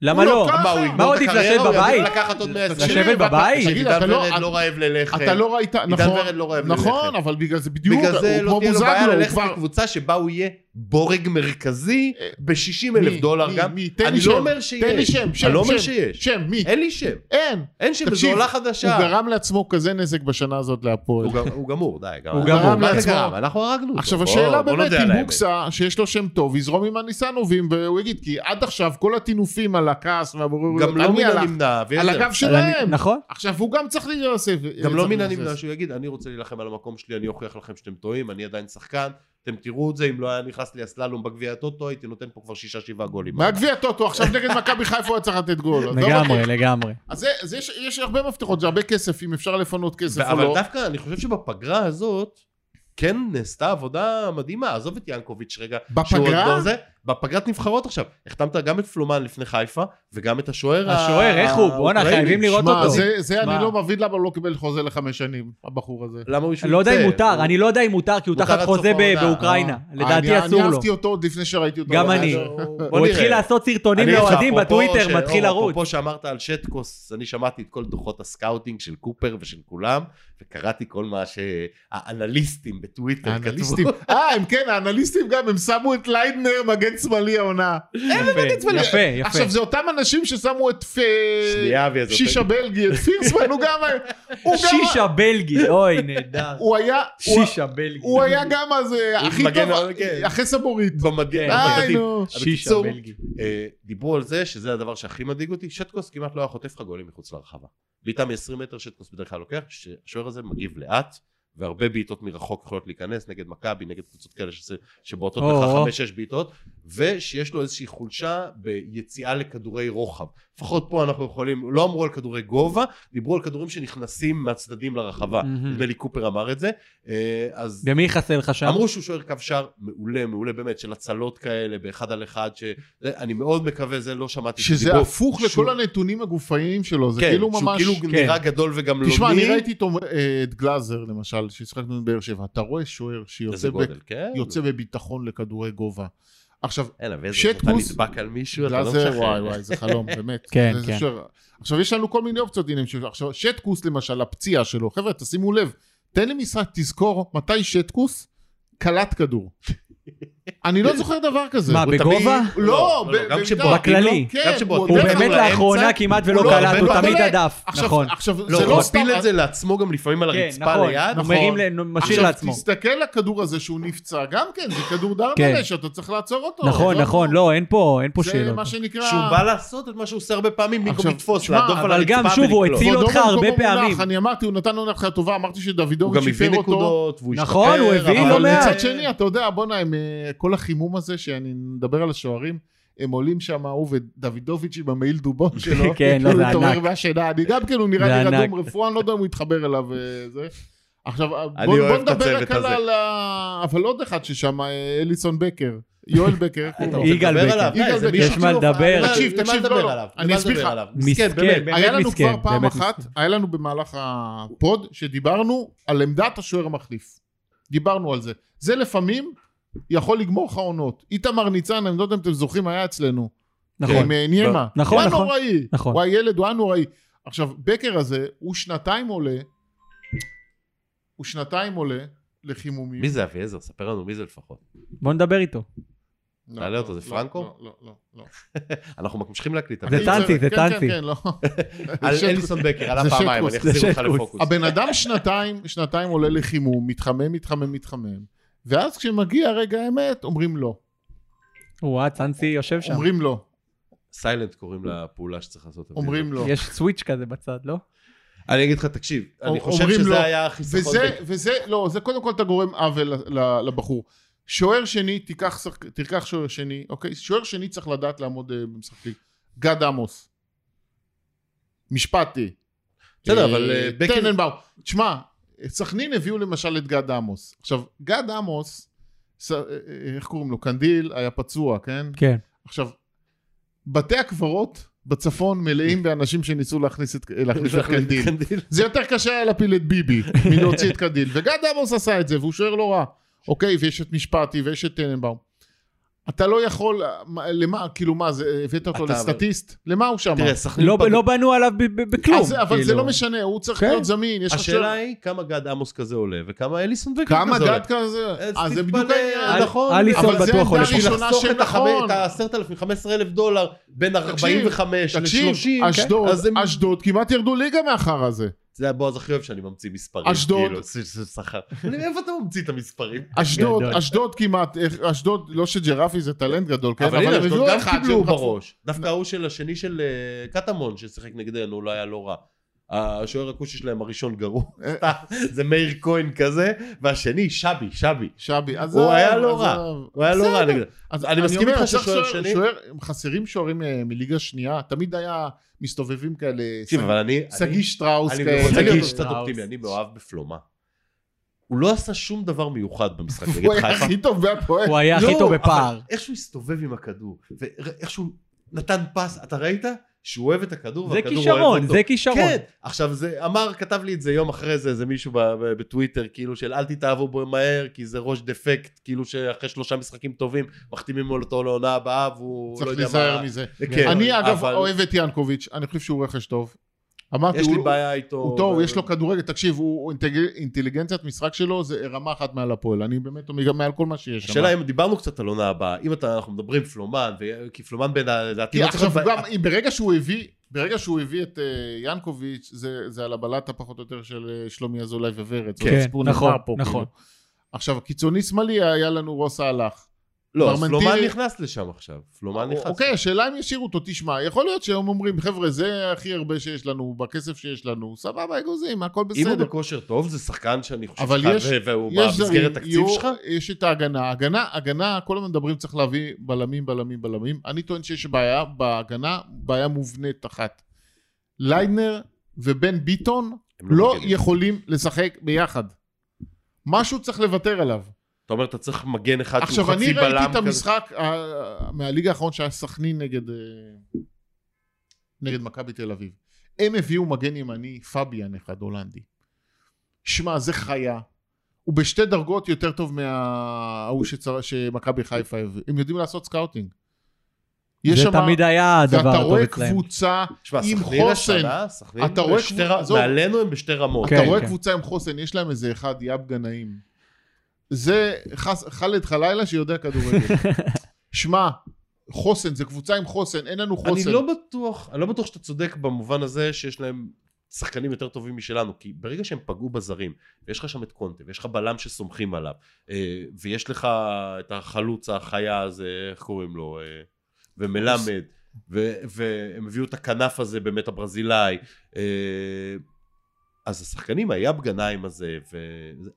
למה הוא לא? לא ככה. מה, הוא מה, יגמור הוא את עדיף הקריירה, לשבת הוא יעדיף בבית? לקחת עוד 120. לשבת בבית? תגיד, אתה תגיד, לא... אתה לא- לא רעב ללחם. אתה לא ראית, עידן נכון, ורד לא רעב ללחם. נכון, אבל בגלל זה בדיוק, בגלל זה הוא לא כמו תהיה לו בעיה בוזגלו, הוא ללכת כבר... לקבוצה שבה הוא יהיה בורג מרכזי אה, ב-60 אלף מי? דולר מי? גם. מי? תן לי אני שם. לא אומר שיש. תן לי שם, שם, אני לא אומר שם, שיש. שם, מי? אין לי שם. אין. אין שם, זו תקשיב, עולה הוא חדשה. גרם לעצמו כזה נזק בשנה הזאת להפועל. הוא גמ- הוא גמור, די. הוא גמור. גרם מה זה לעצמו. גרם? אנחנו הרגנו אותו. עכשיו בוא- השאלה בוא באמת נודה על אם האמת. בוקסה שיש לו שם טוב יזרום עם הניסנובים והוא יגיד כי עד עכשיו כל הטינופים על הכעס והבוררויות גם לא על מי מן הלך? הנמנע. על ואיזה- הגב אבל אני- שלהם. נכון? עכשיו הוא גם צריך להירסף. גם לא מן הנמנע שהוא יגיד, אני רוצה להילחם על המקום שלי, אני אוכיח לכם שאתם טועים, אני עדיין שחקן, אתם תראו את זה, אם לא היה נכנס לי הסללום בגביע הטוטו, הייתי נותן פה כבר שישה שבעה גולים. מהגביע טוטו עכשיו נגד מכבי חיפה הוא היה צריך לתת גול. אז לא לגמרי, בטוח. לגמרי. אז זה- אז יש- יש הרבה מפתחות, זה הרבה כסף, אם אפשר לפנות כסף או אבל לא. דווקא אני חושב שבפגרה הזאת, כן נעשתה עבודה מדהימה, עזוב את ינקוביץ' רגע. שהוא עוד בפגרה? לא זה, בפגרת נבחרות עכשיו. החתמת גם את פלומן לפני חיפה, וגם את השוער השוער, איך הוא? בואנה, האוקראיני. חייבים לראות שמע, אותו. זה- זה שמע. אני לא מבין למה הוא לא קיבל חוזה לחמש שנים, הבחור הזה. למה הוא שהוא לא יודע יוצא? אם מותר, הוא- אני לא יודע אם מותר, כי הוא מותר תחת עד חוזה סוף ב- העונה. באוקראינה. אה, לדעתי אני- אסור אני לו. אהבתי אותו עוד לפני שראיתי אותו. אה, לא. גם אבל אני. הוא- בוא הוא נראה. התחיל לעשות סרטונים אני אגיד לך, לאוהדים אפרופו של- בטוויטר, מתחיל אור, לרוץ. אפרופו שאמרת על שטקוס, אני שמעתי את כל דוחות הסקאוטינג של קופר ושל כולם, וקראתי כל מה שהאנליסטים בטוויטר כתבו. אה, כן, האנליסטים, אה הם כן, האנליסטים גם, הם שמו את ליידנר מגן שמאלי העונה. אין אמת שמאלי. יפה, יפה. עכשיו זה אותם אנשים ששמו את פ- שנייה, אבי, אז שישה בלגי, את פירסמן, הוא גם... הוא גם- שישה בלגי, אוי נהדר. הוא היה... הוא- שישה בלגי. הוא היה גם אז אה, הוא הכי מגן טוב, אה, על- כן. אחרי סבורית. כן, במגן. די, במגנים. אה, נו. שישה בקיצור, בלגי. אה, דיברו על זה שזה הדבר שהכי מדאיג אותי, שטקוס כמעט לא היה חוטף לך גולים מחוץ לרחבה. בעיטה מ-20 מטר שטקוס בדרך כלל לוקח, שהשוער הזה מגיב לאט, והרבה בעיטות מרחוק יכולות להיכנס, נגד מכבי, נגד קבוצות כאלה שזה- שבועטות או, או. לך 5-6 בעיטות, ושיש לו איזושהי חולשה ביציאה לכדורי רוחב. לפחות פה אנחנו יכולים, לא אמרו על כדורי גובה, דיברו על כדורים שנכנסים מהצדדים לרחבה. מהמם. נדמה לי קופר אמר את זה, אה, אז... ומי יחסל לך שם? אמרו שהוא שוער קו שער מעולה, מעולה באמת, של הצלות כאלה באחד על אחד, ש... אני מאוד מקווה, זה לא שמעתי. שזה שדיברו. הפוך לכל הנתונים הגופאיים שלו, זה כן, כאילו ממש... שהוא כאילו כן. נראה גדול וגם לוני. תשמע, אני ראיתי אותו, אה, את גלאזר למשל, שהשחקנו בבאר שבע, אתה רואה שוער איזה שיוצא ב- גודל, כן. יוצא בביטחון לכדורי גובה. עכשיו, אלא, ואיזה, אתה שטקוס- נדבק על מישהו, אתה לא גלאזר, משחרר. וואי וואי, זה חלום, באמת. כן, זה כן. שוער. עכשיו, יש לנו כל מיני אופציות, הנה, ש- עכשיו, שטקוס למשל, הפציעה שלו, חבר'ה, תשימו לב, תן לי משחק, תזכור, מתי שטקוס קלט כדור. אני לא זוכר דבר כזה. מה, הוא תמיד- בגובה? לא, ב- גם במידה- כשבועטים לו- בכללי. כן, גם כשבועטים הוא הוא לו הולך באמת לאמצע, לאחרונה כמעט ולא הוא לא- קלט, הוא אבל- תמיד אבל- הדף, עכשיו- נכון. עכשיו, זה לא, לא הוא סתם... מפיל את זה לעצמו גם לפעמים על כן, הרצפה נכון, ליד. הוא נכון. מרים, ל- משאיר לעצמו. עכשיו תסתכל לכדור הזה שהוא נפצע, גם כן, זה כדור כן. דרדלה שאתה צריך לעצור אותו. נכון, זה נכון, לא, אין פה אין פה זה שאלות. מה שנקרא... שהוא בא לעשות את מה שהוא עושה הרבה פעמים, במקום עכשיו, לתפוס, תשמע, להדוף על אבל הרצפה גם, שוב, הוא ולקלוט. הציל כבודו אותך במקומו הרבה מונח, פעמים. אני אמרתי, הוא נתן עונה אחת טובה, אמרתי הוא שדוידוביץ' גם שיפר הביא אותו. נקודות, והוא השתפר. נכון, הוא הביא אבל לא אבל מעט. מצד שני, אתה יודע, בואנה, הם, אה, כל החימום הזה, שאני מדבר על השוערים, הם עולים שם, הוא ודוידוביץ' עם המעיל דובות שלו. כן, לא, הוא זה מתעורר ענק. מהשינה, אני גם כן, הוא נראה זה לי ענק. רדום רפואה, אני לא יודע אם הוא התחבר אליו אה, זה. עכשיו, בוא- אני בוא אוהב את נדבר הצוות רק הזה. על ה... אבל עוד אחד ששם, אה, אליסון בקר, יואל בקר. איך קוראים לו? רוצה יגאל לדבר בקר. עליו? די, יגאל זה בקר. מישהו יש מה שלא- לדבר. תקשיב, למה תקשיב, לדבר לא, לא. עליו? אני למה אסביר לך. לדבר עליו? מסכן, מסכן. באמת. היה לנו מסכן, כבר פעם באמת אחת, היה לנו במהלך הפוד, שדיברנו על עמדת השוער המחליף. דיברנו על זה. זה לפעמים יכול לגמור לך עונות. איתמר ניצן, אני לא יודע אם אתם זוכרים, היה אצלנו. נכון. עם אה, ניימה. נכון, הוא היה נכון. נוראי. נכון. הוא היה ילד, הוא היה נוראי. עכשיו, בקר הזה, הוא שנתיים עולה, הוא שנתיים עולה לחימומים. מי זה אביעזר? ספר לנו מי זה לפחות. בוא נדבר איתו. לא, תעלה אותו, לא, זה לא, פרנקו? לא, לא, לא, לא. אנחנו ממשיכים להקליט. זה אבל- טנצי, זה כן, טנצי. כן, כן, לא. על שטקוס. אליסון בקר, עלה זה פעמיים, אני שטקוס, זה אחזיר אותך שטקוס. לפוקוס. הבן אדם שנתיים, שנתיים עולה לחימום, מתחמם, מתחמם, מתחמם, ואז כשמגיע רגע האמת, אומרים לא. וואה, צאנצי יושב שם. אומרים לא. סיילנט קוראים לפעולה שצריך לעשות. אומרים לא. יש סוויץ' כזה בצד, לא? אני אגיד לך, תקשיב, אני אומרים חושב לא. שזה היה החיסכון. וזה, ב- וזה, לא, זה קודם כל אתה גורם עוול ל- לבחור. שוער שני, תיקח, שחק- תיקח שוער שני, אוקיי? שוער שני צריך לדעת לעמוד אה, במשחקים. גד עמוס. משפטי. בסדר, אה, אבל, אה, בקר- טננבאום. תשמע, סכנין הביאו למשל את גד עמוס. עכשיו, גד עמוס, ס- אה, אה, איך קוראים לו? קנדיל היה פצוע, כן? כן. עכשיו, בתי הקברות בצפון מלאים באנשים שניסו להכניס את, להכניס את קנדיל. קנדיל. זה יותר קשה היה להפיל את ביבי מלהוציא את קדיל. וגד עמוס עשה את זה, והוא שוער לא רע. אוקיי, ויש את משפטי ויש את טננבאום. אתה לא יכול, מה- למה, כאילו מה, זה, הבאת אותו אתה- לסטטיסט? למה הוא שם? תראה, סכנין... לא פגעו. לא בנו עליו ב- ב- בכלום. אז, אבל זה כאילו. לא משנה, הוא צריך כן. להיות זמין. יש לך השאלה שוער- היא כמה גד עמוס כזה עולה וכמה אליסון בקר כזה עולה. כמה גד כזה? אז זה בדיוק העניין. אל- נכון. אליסון אבל בטוח עולה. בשביל הראשונה לחסוך של את החמ- נכון. את ה-10,000, 15,000 דולר בין 45 תקשיב, ל-30. אשדוד, כן? אז הם- אשדוד כמעט ירדו ליגה מהחרא הזה. זה הבועז הכי אוהב שאני ממציא מספרים. אשדוד. כאילו, זה- זה שכר. אני אומר, איפה אתה ממציא את המספרים? אשדוד, גדול. אשדוד כמעט, איך- אשדוד, לא שג'רפי זה טלנט גדול, כן, אבל הנה, הם אשדוד הביאו גם אחד קיבלו שהם חטפו. בראש. דווקא ההוא של השני של אה, קטמון ששיחק נגדנו, לא היה לא רע. השוער הכושי שלהם הראשון גרוע, אה. סתם, זה מאיר כהן כזה, והשני שבי, שבי. שבי, אז... הוא היה לא רע. הוא היה לא רע בסדר. נגד... אז אני מסכים אומר, איתך צריך ששוער שוער- שני- שוער- הם חסרים שוערים אה, מליגה שנייה, תמיד היה מסתובבים כאלה, תקשיב, שגיא- אבל אני... שגיא שטראוס אני כאלה. רוצה להיות שגיא קצת שטראוס. אופטימי, אני מאוהב בפלומה. הוא לא עשה שום דבר מיוחד במשחק נגד הוא היה חיפה. הכי טוב בהפועל. הוא היה הכי לא, טוב אבל בפער. איך שהוא הסתובב עם הכדור, ואיך שהוא נתן פס, אתה ראית? שהוא אוהב את הכדור זה והכדור אוהב אותו. כישרון, זה כישרון. כן, עכשיו זה, אמר, כתב לי את זה יום אחרי זה, איזה מישהו ב- ב- בטוויטר, כאילו של אל תתאהבו בו מהר, כי זה ראש דפקט, כאילו שאחרי שלושה משחקים טובים, מחתימים אותו לעונה הבאה, והוא לא צריך יודע מה... להיזהר מזה. כן, אני אגב אבל- אוהב את ינקוביץ', אני חושב שהוא רכש טוב. אמרתי, יש לי הוא- בעיה איתו. הוא טוב, יש לו כדורגל, תקשיב, הוא הוא אינטג- אינטליגנציית משחק שלו זה רמה אחת מעל הפועל, אני באמת אומר, גם מעל כל מה שיש שם. השאלה אם דיברנו קצת על עונה הבאה, אם אתה, אנחנו מדברים פלומן, ו- כי פלומן בין ה... לדעתי כי לא צריך עכשיו להיות גם, אם ברגע שהוא הביא, ברגע שהוא הביא את אה, ינקוביץ', זה, זה על הבלטה פחות או יותר של אה, שלומי אזולאי וורד. כן, הסיפור נכון, נגמר פה, נכון. כאילו. עכשיו, הקיצוני שמאלי אה, היה לנו רוסה הלך. לא, מרמנטיני- פלומן נכנס לשם עכשיו. פלומן נכנס. אוקיי, השאלה אם ישאירו אותו, תשמע, יכול להיות שהם אומרים, חבר'ה, זה הכי הרבה שיש לנו, בכסף שיש לנו, סבבה, אגוזים, הכל אם הוא בסדר. בכושר טוב, זה שחקן שאני חושב אבל שאתה- יש- ו- והוא יש זרים, במסגרת תקציב יהיו- שלך. יש את ההגנה. הגנה, הגנה, כל הזמן מדברים, צריך להביא בלמים, בלמים, בלמים. אני טוען שיש בעיה בהגנה, בעיה מובנית אחת. ליידנר ובן ביטון הם לא מגנים. יכולים לשחק ביחד. משהו צריך לוותר עליו. אתה אומר, אתה צריך מגן אחד שהוא עכשיו, אני חצי בלם. ראיתי את כזה. המשחק אה, מהליגה האחרון שהיה סכנין נגד אה, נגד מכבי תל אביב. הם הביאו מגן ימני, פביאן אחד, הולנדי. שמע, זה חיה. הוא בשתי דרגות יותר טוב מההוא שצר- שמכבי חיפה הביא. הם יודעים לעשות סקאוטינג. יש זה שם... תמיד היה הדבר ואתה הטוב רואה אצלהם. קבוצה שמע, סכנין עם חוסן. השנה, סכנין, אתה רואה בשתי קבוצה- ר- עזוב. מעלינו הם בשתי רמות. כן, אתה רואה כן. קבוצה עם חוסן, יש להם איזה אחד, יאב גנאים. זה חס- חאלד חלילה שיודע כדורגל. שמע, חוסן, זה קבוצה עם חוסן, אין לנו אני חוסן. לא בטוח, אני לא בטוח שאתה צודק במובן הזה שיש להם שחקנים יותר טובים משלנו, כי ברגע שהם פגעו בזרים, ויש לך שם את קונטה, ויש לך בלם שסומכים עליו, אה, ויש לך את החלוץ החיה הזה, איך קוראים לו, אה, ומלמד, ו- והם הביאו את הכנף הזה באמת הברזילאי, אה, אז השחקנים, היאב גנאים הזה,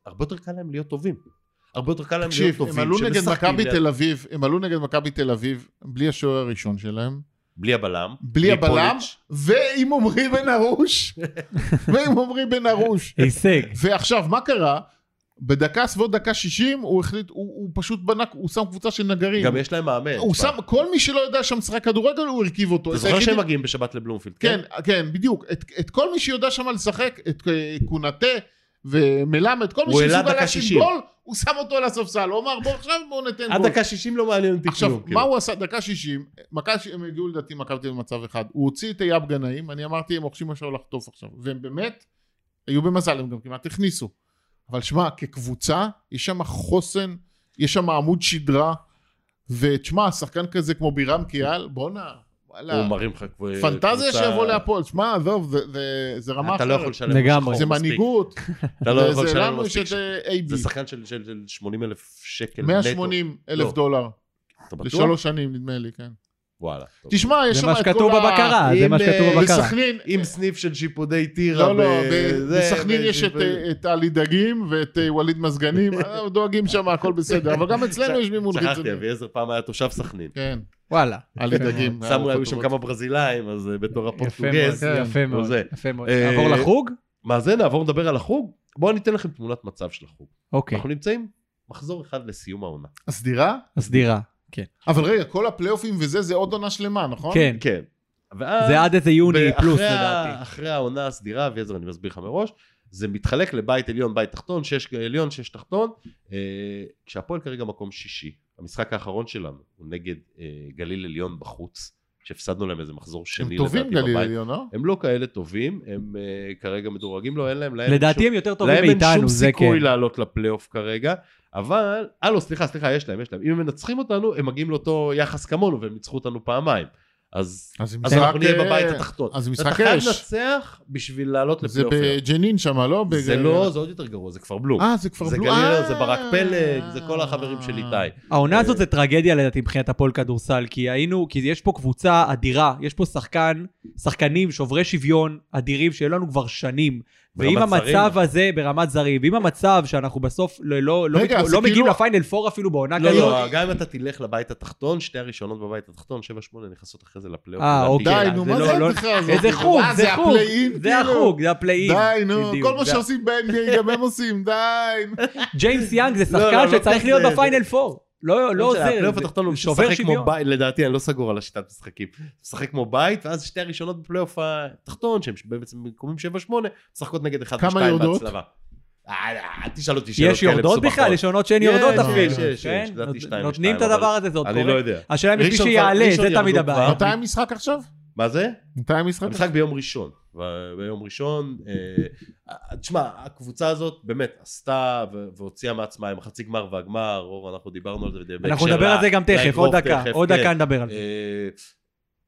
והרבה יותר קל להם להיות טובים. הרבה יותר קל להם להיות תקשיב, טובים. הם עלו נגד שמשחקים מכבי ליד- תל אביב, הם עלו נגד מכבי תל אביב, בלי השוער הראשון שלהם, בלי הבלם. בלי הבלם, פוליץ'. ועם עמרי בן ארוש, ועם עמרי בן ארוש. הישג. ועכשיו, מה קרה? בדקה, סביבות דקה 60, הוא החליט, הוא, הוא פשוט בנה, הוא שם קבוצה של נגרים. גם יש להם מאמן. הוא תשמע. שם, כל מי שלא יודע שם משחק כדורגל, הוא הרכיב אותו. אתה את זוכר היחידים- שהם מגיעים בשבת לבלומפילד, כן, כן, בדיוק. את, את כל מי שיודע שם לשחק, את אה, קונאטה ומלמד, כל מי הוא העלה שמסוגל דקה להשאיר 60. גול, הוא שם אותו על הספסל. הוא אמר, בוא עכשיו בוא ניתן גול. עד דקה 60 לא מעניין אותי עכשיו, כלום. מה הוא עשה? דקה 60, מכה, ש- הם הגיעו לדעתי מכבי תל אביב במצב אחד. הוא הוציא את אייב גנאים, אני אמרתי, הם רוכשים משהו לחטוף עכשיו. והם באמת היו במזל, הם גם כמעט הכניסו. אבל שמע, כקבוצה, יש שם חוסן, יש שם עמוד שדרה, ותשמע, שחקן כזה כמו בירם קיאל, בואנה, כאילו? וואלה, הוא מרים לך כבר... פנטזיה קבוצה- שיבוא להפועל, שמע, עזוב, זה- זה- זה רמה אתה לא יכול אחרת. לשלם לו לגמרי. שחור זה מספיק. מנהיגות, אתה לא זה- יכול זה לשלם לנו לו יש מספיק. את אה, אייבי, זה שחקן של- של של 80 אלף שקל נטו. 180 אלף לא. דולר, אתה בטוח? לשלוש שנים נדמה לי, כן. וואלה. טוב. תשמע, יש זה שם מה את כל ה... שכתוב בבקרה, זה אם, מה שכתוב אה, בבקרה. בסכנין, עם סניף של שיפודי טירה. לא, לא, ב- ב- זה, בסכנין ב- יש את, ב- אה, את עלי דגים ואת אה, ווליד מזגנים, אה, דואגים שם, הכל בסדר, אבל גם אצלנו יש מימון שכחתי, חיצוני. אביעזר פעם היה תושב סכנין. כן, וואלה. אוקיי. עלי דגים. כן. אה, שמו, היו ארוחות שם טובות. כמה ברזילאים, אז אה, בתור יפה מאוד, הפורטוגז. כן, יפה מאוד, זה. יפה מאוד. אה, נעבור לחוג? מה זה, נעבור לדבר על החוג? בואו אני אתן לכם תמונת מצב של החוג. אוקיי, אנחנו נמצאים מחזור אחד לסיום העונה. הסדירה? הסדירה. אבל רגע, כל הפלייאופים וזה, זה עוד עונה שלמה, נכון? כן, כן. ואז... זה עד איזה יוני ואחרי פלוס ה- לדעתי. אחרי העונה הסדירה, אביעזר, אני מסביר לך מראש, זה מתחלק לבית עליון, בית תחתון, שש עליון, שש תחתון, אה, כשהפועל כרגע מקום שישי. המשחק האחרון שלנו הוא נגד אה, גליל עליון בחוץ, שהפסדנו להם איזה מחזור הם שני טובים לדעתי גליל בבית. עליון, לא? הם לא כאלה טובים, הם אה, כרגע מדורגים, לא, אין להם, להם אין לדעתי שום- הם יותר טובים להם אין שום מאיתנו, זה סיכוי כן. לעלות לפלייאוף כרגע, אבל, אה לא, סליחה, סליחה, יש להם, יש להם. אם הם מנצחים אותנו, הם מגיעים לאותו יחס כמונו, והם ניצחו אותנו פעמיים. אז אז אז משחק, אנחנו נהיה אה, בבית התחתון. אז אתה משחק חייב אש. לנצח בשביל לעלות זה לפלייאוף. העליון. בג'נין שם, לא? בג- זה לא, זה עוד יותר גרוע, זה כפר בלום. אה, זה כבר זה בלו- גליל, אה. עליון, זה ברק פלג, זה כל החברים של איתי. העונה אה, הזאת זה טרגדיה לדעתי מבחינת הפועל כדורסל, כי היינו, כי יש פה קבוצה אדירה, יש פה שחקן, שחקנים שוברי שוויון אדירים שהיו לנו כבר שנים. ואם ברמת המצב זרים. הזה ברמת זרים, ואם המצב שאנחנו בסוף לא- לא לא רגע, מתמ- אז לא זה מגיעים כאילו- לפיינל פור אפילו בעונה לא, כזאת, לא, גם אם אתה תלך לבית התחתון, שתי הראשונות בבית התחתון, 7-8 נכנסות אחרי זה לפלייאוף. אה, לדעתי. אוקיי. די, זה נו, מה לא- זה לא- הבדיחה הזאת? איזה חוג, אה, זה חוג, הפלייאין, זה כאילו? החוג, זה הפלאים. די, נו, בדיוק, כל מה זה- שעושים ב-NBA גם הם עושים, די. ג'יימס יאנג זה לא, שחקן לא, לא שצריך צריך להיות זה- בפיינל פור. לא לא עוזר, הפלייאוף זה- התחתון הוא זה שובר משחק כמו שוויון. בית, לדעתי אני לא סגור על השיטת משחקים. משחק כמו בית, ואז שתי הראשונות בפלייאוף התחתון, שהם בעצם במקומים 7-8, משחקות נגד 1 כמה ו-2 יורדות? בהצלבה. אה, אל תשאל אותי שאלות יש כאלה יורדות בכלל, מסובכות. יש עונות שהן יש, יורדות יש, אפילו. יש, יש, כן? לדעתי נות- שתיים נותנים את ושתיים, הדבר אבל הזה, זה עוד אני לא קורה. יודע. השאלה אם יש מי ראשון כבר- שיעלה, ראשון זה תמיד ירדו הבעיה. כבר. מתי המשחק עכשיו? מה זה? מתי המשחק? המשחק ביום ראשון. ב- ביום ראשון, אה, תשמע, הקבוצה הזאת באמת עשתה ו- והוציאה מעצמה עם החצי גמר והגמר, אור, אנחנו דיברנו על זה. אנחנו בהקשר נדבר ל- על זה גם תכף, לאגרוף עוד דקה, תכף, עוד כן. דקה נדבר על זה. אה,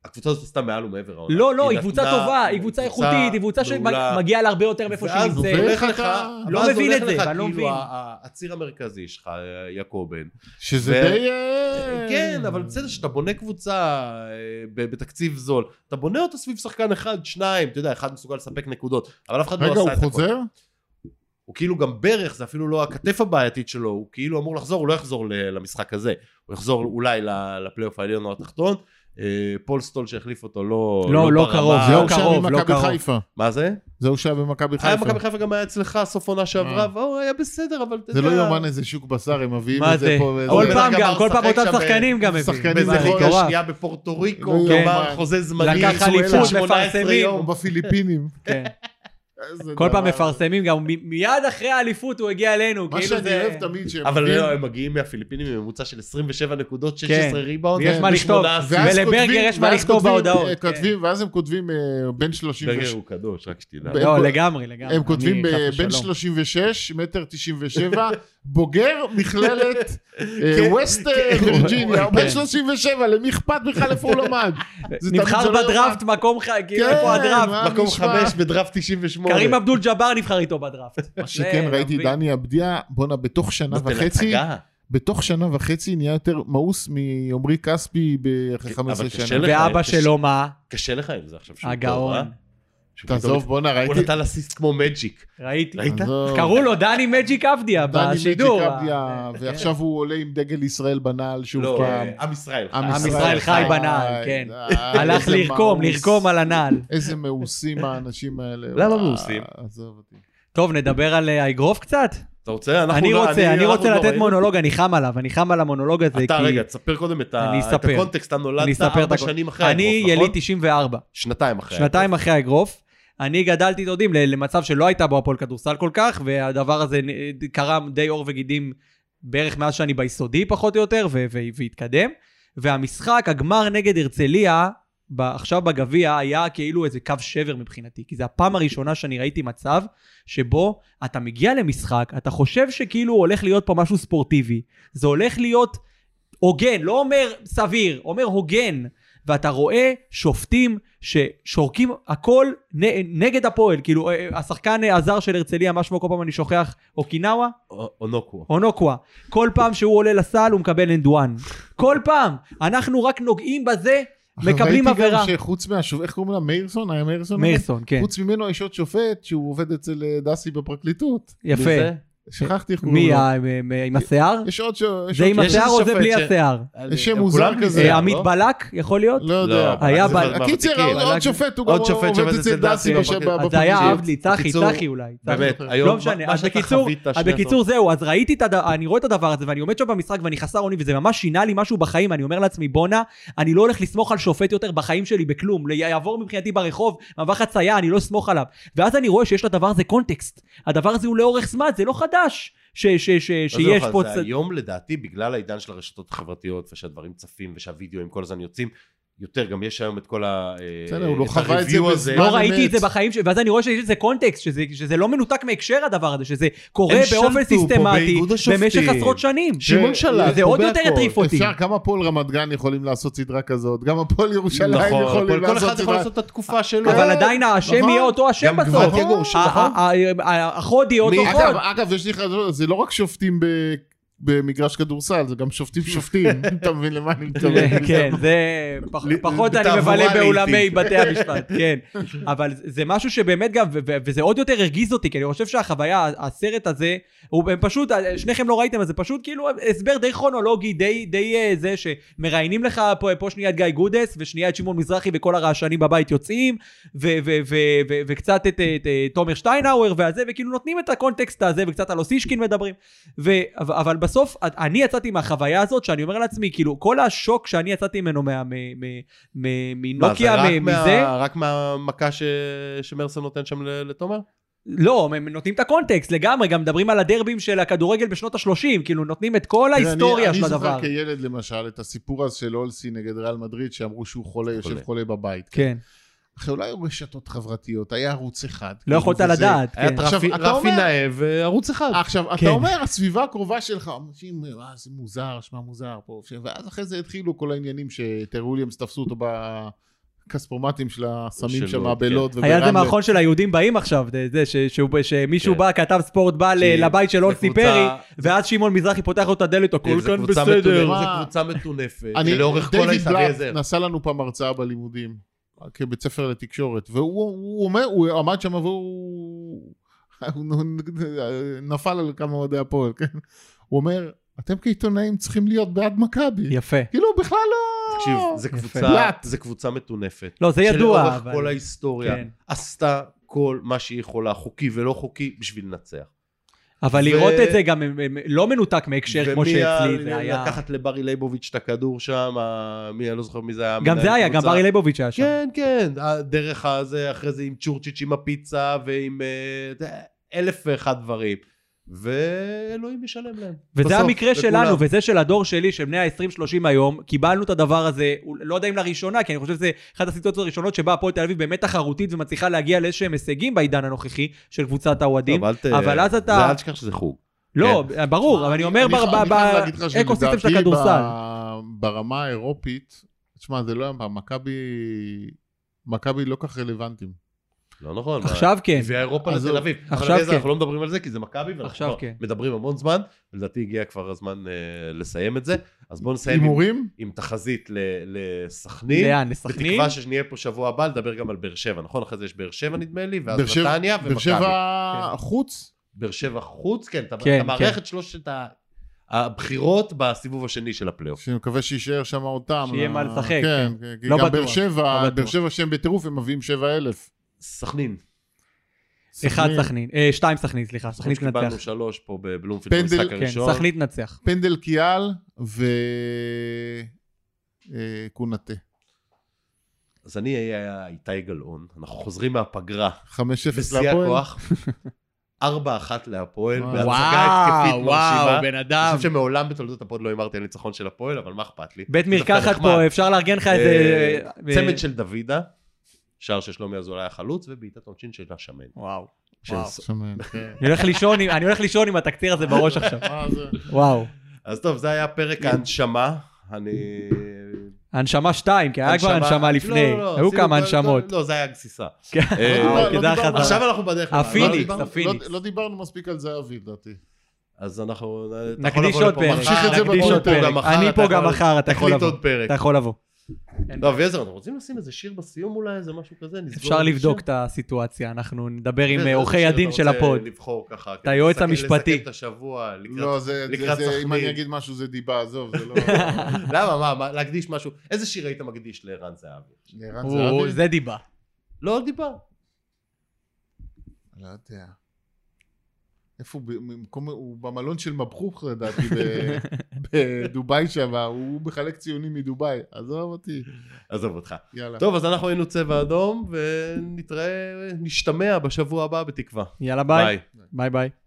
הקבוצה הזאת עשתה מעל ומעבר העונה. לא, לא, היא קבוצה נתנה- טובה, היא קבוצה איכותית, היא קבוצה מעולה. שמגיעה להרבה יותר מאיפה שהיא ואז עובד. נמצאת. הולך לך, לא ואז מבין הולך את זה, לך ואני לא כאילו מבין. ה- ה- הציר המרכזי שלך, אה, יעקובן. שזה ו- די... אה, כן, אבל בסדר שאתה בונה קבוצה אה, ב- בתקציב זול. אתה בונה אותה סביב שחקן אחד, שניים, אתה יודע, אחד מסוגל לספק נקודות, אבל אף אחד לא עשה רגע, את הוא הכל. חוזר? הוא כאילו גם ברך, זה אפילו לא הכתף הבעייתית שלו, הוא כאילו אמור לחזור, הוא לא יחזור ל- למשחק הזה. הוא יחזור אולי ל- לפלייאוף העליון או התחתון. אה, פול סטול שהחליף אותו לא... לא, לא ברמה- קרוב, זהו שהיה קרוב, לא במכבי קרוב. חיפה. מה זה? זהו שהיה במכבי היה חיפה. מכבי חיפה גם היה אצלך סוף עונה שעברה, והוא היה בסדר, אבל אתה אה. זה יודע... לא יאומן איזה שוק בשר, הם מביאים מה את זה? זה פה. וזה- כל הוא פעם בטח גם, גמר כל פעם לשחק אותם שם ב- שחקנים גם שחקנים מביאים. באיזה מה, זה חודש מטורף. שנייה בפורטו ריקו, לא גמר יאומן. חוזה זמני, לקח סואלה, אליפות, 18 מפרסמים. יום. או בפיליפינים. כן. איזה כל פעם דבר. מפרסמים גם, מ- מיד אחרי האליפות הוא הגיע אלינו, מה כאילו שאני זה... אוהב תמיד שהם אבל מביאים- לא, הם מגיעים מהפיליפינים עם ממוצע של 27 נקודות, 16 כן. ריבאונד, ויש מה לכתוב. 18. ואז ולברגר כותבים- יש מה ואז לכתוב כותבים- בהודעות, אה, כותבים, ואז הם כותבים אה, בין 36 ברגר הוא קדוש, רק שתדע. ב- לא, הם- לגמרי, לגמרי. הם כותבים אה, אני, חס ב- בין ושלום. 36, מטר 97, בוגר מכללת כן, ווסט וירג'יניה, הוא בן 37, למי אכפת בכלל איפה הוא למד? זה תמיד נבחר זה לא בדראפט מקום, ח- כאילו כן, איפה הדראפט? מה מקום נשמע? 5 בדראפט 98. קרים אבדול ג'אבר נבחר איתו בדראפט. מה כן, שכן, ראיתי דני. דני אבדיה, בואנה, בתוך שנה נותן וחצי, הצגה. בתוך שנה וחצי נהיה יותר מאוס מעמרי כספי ב- אחרי כן, אבל 15 קשה שנה. לך, ואבא קשה. שלו מה? קשה לך עם זה עכשיו שהוא טוב, אה? הגאון. שהוא פתאום תעזוב, בואנה, הוא ראיתי... נתן אסיסט כמו מג'יק. ראיתי. ראית? עזוב. קראו לו דני מג'יק עבדיה דני בשידור. אה, מג'יק אבדיה, ועכשיו הוא עולה עם דגל ישראל בנעל שוב לא, פעם. אה, עם ישראל. עם ישראל חי אה, בנעל, כן. הלך לרקום, לרקום על הנעל. איזה מאוסים האנשים האלה. למה וואי, מאוסים? עזוב אותי. טוב, נדבר על אה, האגרוף קצת? אתה רוצה? אנחנו אני לא- רוצה, אני רוצה אנחנו לא לתת ראינו. מונולוג, אני חם עליו, אני חם על המונולוג הזה, אתה, רגע, כי תספר קודם את אני ה- את אספר. הקונטקסט, אתה אני נולדת אספר את ארבע הכל. שנים אחרי אני האגרוף, יליד נכון? 94, שנתיים אחרי שנתיים אחרי האגרוף. אני גדלתי, אתם יודעים, ל- למצב שלא הייתה בו הפועל כדורסל כל כך, והדבר הזה נ- קרם די עור וגידים בערך מאז שאני ביסודי פחות או יותר, ו- ו- והתקדם. והמשחק, הגמר נגד הרצליה, ב- עכשיו בגביע, היה כאילו איזה קו שבר מבחינתי, כי זו הפעם הראשונה שאני ראיתי מצב שבו אתה מגיע למשחק, אתה חושב שכאילו הולך להיות פה משהו ספורטיבי, זה הולך להיות הוגן, לא אומר סביר, אומר הוגן, ואתה רואה שופטים ששורקים הכל נ- נגד הפועל, כאילו אה, אה, השחקן אה, הזר של הרצליה, מה שמו כל פעם אני שוכח, אוקינאווה? או- אונוקו. אונוקווה. כל פעם שהוא עולה לסל הוא מקבל אנדואן. כל פעם. אנחנו רק נוגעים בזה, מקבלים עבירה. ראיתי גם שחוץ מהשופט, איך קוראים לה? מאירסון? היה מאירסון? מאירסון, כן. חוץ ממנו יש עוד שופט שהוא עובד אצל אה, דסי בפרקליטות. יפה. מי זה? שכחתי איך קוראים לא. מי, לו. ה- מ- מ- עם השיער? יש עוד שופט. זה עם יש השיער איזה או זה שופט בלי ש- השיער? אני- שם הם מוזר כולם כזה, לא? אה, עמית בלק, יכול להיות? לא לא, יודע. אבל היה זה בעל- הקיצר, בוותיקים. עוד- עוד בלק- שופט, הוא גם עוד שופט עובד שעובד אצל דסי בפרקליטות. בש- אז אז זה היה בפרקליטות. אבדלי, צחי, בקיצור, צחי אולי. צחי. באמת, לא היום, לא מה- משנה, מה אז שאתה בקיצור, חווית אז שנייה בקיצור זהו, אז ראיתי את הדבר, אני רואה את הדבר הזה ואני עומד שם במשחק ואני חסר אונים וזה ממש שינה לי משהו בחיים, אני אומר לעצמי בואנה, אני לא הולך לסמוך על שופט יותר בחיים שלי בכלום, ל- יעבור מבחינתי ברחוב, מעבר חצייה, אני לא אסמוך עליו. ואז אני רואה שיש לדבר הזה קונטקסט, הדבר הזה הוא לאורך זמן, זה לא חדש. ש- ש- ש- מה זה לא שיש חדש? פה זה צד... היום לדעתי, בגלל העידן של הרשתות החברתיות, ושהדברים צפים, ושהווידאוים כל הזמן יוצאים, יותר, גם יש היום את כל ה... אה, בסדר, הוא לא את חווה את זה ה-review בזמן. הזה. לא אמת. ראיתי את זה בחיים שלי, ואז אני רואה שיש איזה קונטקסט, שזה, שזה לא מנותק מהקשר הדבר הזה, שזה קורה הם באופן שלטו פה סיסטמטי באיגוד במשך השופטים. עשרות שנים. שמעון שלט, זה הוא עוד יותר בהכל. הטריף אותי. אפשר, גם הפועל רמת גן יכולים לעשות סדרה כזאת, גם הפועל ירושלים נכון, יכולים כל- כל אחד לעשות יכול סדרה. לעשות את התקופה שלו. אבל עדיין האשם נכון. יהיה אותו השם גם בסוף. גבעת יגורשי, ה- נכון? ה- ה- ה- אה, החוד יהיה אותו מי- אה, חוד. אגב, אגב, יש לי חדשות, זה לא רק שופטים ב... במגרש כדורסל, זה גם שופטים שופטים, אתה מבין למה אני מתכוון. כן, זה פח- ל- פחות אני בתעבורה מבלה לעיתים. באולמי בתי המשפט, כן. אבל זה משהו שבאמת גם, ו- ו- וזה עוד יותר הרגיז אותי, כי אני חושב שהחוויה, הסרט הזה, הוא הם פשוט, שניכם לא ראיתם, אז זה פשוט כאילו הסבר די כרונולוגי, די- די אה, זה שמראיינים לך פה- פה שנייה את גיא גודס, ושנייה את שמעון מזרחי וכל הרעשנים בבית יוצאים, ו- ו- ו- ו- וקצת את את, אה, תומר שטיינהאואר והזה, וכאילו נותנים את הקונטקסט הזה, וקצת על אוסישקין מדברים. ו- אבל- אבל בסוף, אני יצאתי מהחוויה הזאת, שאני אומר לעצמי, כאילו, כל השוק שאני יצאתי ממנו מה- מ- מ- מה, מ- זה מנוקיה, רק מ- מה- לא מזה, רק מהמכה ש- שמרסון נותן שם ל- לתומר? לא, הם נותנים את הקונטקסט לגמרי, גם מדברים על הדרבים של הכדורגל בשנות ה-30, כאילו נותנים את כן, כל תראה, ההיסטוריה אני, של אני הדבר. זוכר כילד למשל את הסיפור אז של אולסי נגד ריאל מדריד, שאמרו שהוא חולה, יושב חולה. חולה בבית. כן, אחי, אולי היו רשתות חברתיות, היה ערוץ אחד. לא כאילו, יכולת וזה- לדעת. היה כן. את עכשיו, רפי- אתה רפי אומר- נאה וערוץ אחד. עכשיו, כן. אתה אומר, הסביבה הקרובה שלך, אנשים, אה, זה מוזר, שמע מוזר פה, ש- ואז אחרי זה התחילו כל העניינים שטר וויליאמס תפסו אותו בכספומטים של הסמים של שם לוד, כן. בלוד היה את זה וברמלה. מערכון של היהודים באים עכשיו, זה- זה ש- שהוא- שמישהו כן. בא, כתב ספורט, בא ל- כי לבית של אונסי לקבוצה- פרי, ואז שמעון מזרחי פותח לו את הדלת, הכל זה כאן קבוצה בסדר. מטונפת, מה? זה קבוצה מטונפת, אני, שלאורך כל דיוויד ההיסטוריה בלאט זה... נשא לנו פעם הרצאה בלימודים, כבית ספר לתקשורת, והוא הוא אומר, הוא עמד שם והוא הוא נפל על כמה אוהדי הפועל, כן? הוא אומר, אתם כעיתונאים צריכים להיות בעד מכבי. יפה. כאילו, הוא בכלל לא... תקשיב, זה קבוצה, בלאט. זה קבוצה מטונפת. לא, זה ידוע, שלאורך כל ההיסטוריה כן. עשתה כל מה שהיא יכולה, חוקי ולא חוקי, בשביל לנצח. אבל ו- לראות את זה גם הם- הם לא מנותק מהקשר כמו ומי שאצלי ה- זה היה. לקחת לברי לייבוביץ' את הכדור שם, ה- מי, אני לא זוכר מי זה היה. גם מנהל זה היה, גם הקבוצה. ברי ליבוביץ' היה שם. כן, כן, דרך הזה, אחרי זה עם צ'ורצ'יץ' עם הפיצה ועם אה, אתה יודע, אלף ואחד דברים. ואלוהים ישלם להם. וזה בסוף, המקרה לכולם. לא, שלנו, וזה של הדור שלי, של בני ה-20-30 היום, קיבלנו את הדבר הזה, אול- לא יודע אם לראשונה, כי אני חושב שזה אחת הסיטואציות הראשונות שבה הפועל תל אביב באמת תחרותית ומצליחה להגיע לאיזשהם הישגים בעידן הנוכחי של קבוצת האוהדים. טוב, כן. אל ת- אבל אז אתה- זה, אל תשכח שזה חוג. לא, ברור, אבל אני אומר אני חייב להגיד לך באקוסיסטם של שלדעתי הכדורסל. ב- ברמה האירופית, תשמע, זה לא היה, מכבי... מכבי לא כך רלוונטיים. לא נכון. מה- עכשיו כן. הביאה אירופה אז לתל לא. אביב. עכשיו עכשיו כן. כן. אנחנו לא מדברים על זה כי זה מכבי, עכשיו ואנחנו כבר כן. מדברים המון זמן, ולדעתי הגיע כבר הזמן אה, לסיים את זה. אז בואו נסיים עם- הימורים? עם תחזית ל- לסכנין. לאן? לסכנין? בתקווה שנהיה פה שבוע הבא לדבר גם על באר שבע, נכון? אחרי זה יש באר שבע נדמה לי, ואז באר שבע- נתניה באר ומכבי. שבע חוץ? באר שבע חוץ, כן, אתה כן, אתה מארח את שלושת ה- הבחירות בסיבוב השני של הפלייאוף. שאני מקווה שיישאר שם עוד טעם. שיהיה מה לשחק, כן, כן. כי לא גם בטוח, באר לא שבע, בטוח. באר שבע שהם בטירוף, הם מביאים שבע אלף. סכנין. אחד סכנין, אה, שתיים סכנין, סליחה, סכנין קיבלנו תנצח. שלוש פה בבלומפילד פנדל- במשחק כן, הראשון. סכנין תנצח. פנדל קיאל ו... אה, קונאטה. אז אני אהיה איתי גלאון, אנחנו חוזרים מהפגרה. 5-0 בשיא להפועל. הכוח. 4-1 להפועל, וואו, בהצגה התקפית מרשימה. בן אני אדם. חושב שמעולם בתולדות הפוד לא הימרתי על ניצחון של הפועל, אבל מה אכפת לי? בית זה דווקא מרקחת נחמד. פה, אפשר לארגן לך איזה... אה, צמד של דוידה, שער של שלומי אזולאי החלוץ, ובעיטת עונשין של השמן. וואו. של וואו. ס- שמן, כן. אני הולך לישון עם- אני הולך לישון עם התקציר הזה בראש עכשיו. מה זה? וואו. אז טוב, זה היה כן. פרק ההנשמה. אני... הנשמה שתיים, כי היה כבר הנשמה לפני. לא, לא, לא, היו עשינו כמה כל- הנשמות. לא, זה היה גסיסה. כן. אה, כדאי לך דיברנו. לדעת. עכשיו אנחנו בדרך. כלל. הפיניקס, לא דיברנו. לא דיברנו- הפיניקס. לא נ- לא דיברנו מספיק על זהבי, לדעתי. אז אנחנו... לא, אתה יכול נקדיש לבוא עוד לפה מחר, פרק. נמשיך את זה נקדיש נקדיש בפרק. עוד עוד פרק. פרק. מחר, אני אתה פה יכול- גם מחר, אתה יכול תקליט לבוא. עוד פרק. אתה יכול לבוא. לא, אביעזר, אנחנו רוצים לשים איזה שיר בסיום אולי, איזה משהו כזה? נסגור אפשר את השיר? לבדוק את הסיטואציה, אנחנו נדבר עם איזה אה, עורכי שיר הדין אתה של רוצה הפוד. לבחור ככה. אתה היועץ לסכם- המשפטי. לסכם את השבוע, לא, לקראת... זה, זה- לקראת זה- סכנין. אם אני אגיד משהו זה דיבה, עזוב, זה לא... למה, מה, מה, להקדיש משהו? איזה שיר היית מקדיש לערן זהבי? לערן הוא- זהבי? זה דיבה. לא דיבר. לא יודע. איפה הוא? ב- במקום- הוא במלון של מבחוך לדעתי, ב- בדובאי שם, הוא מחלק ציונים מדובאי. עזוב אותי, עזוב אותך. יאללה. טוב, אז אנחנו היינו צבע אדום, ונתראה, נשתמע בשבוע הבא בתקווה. יאללה ביי. ביי ביי.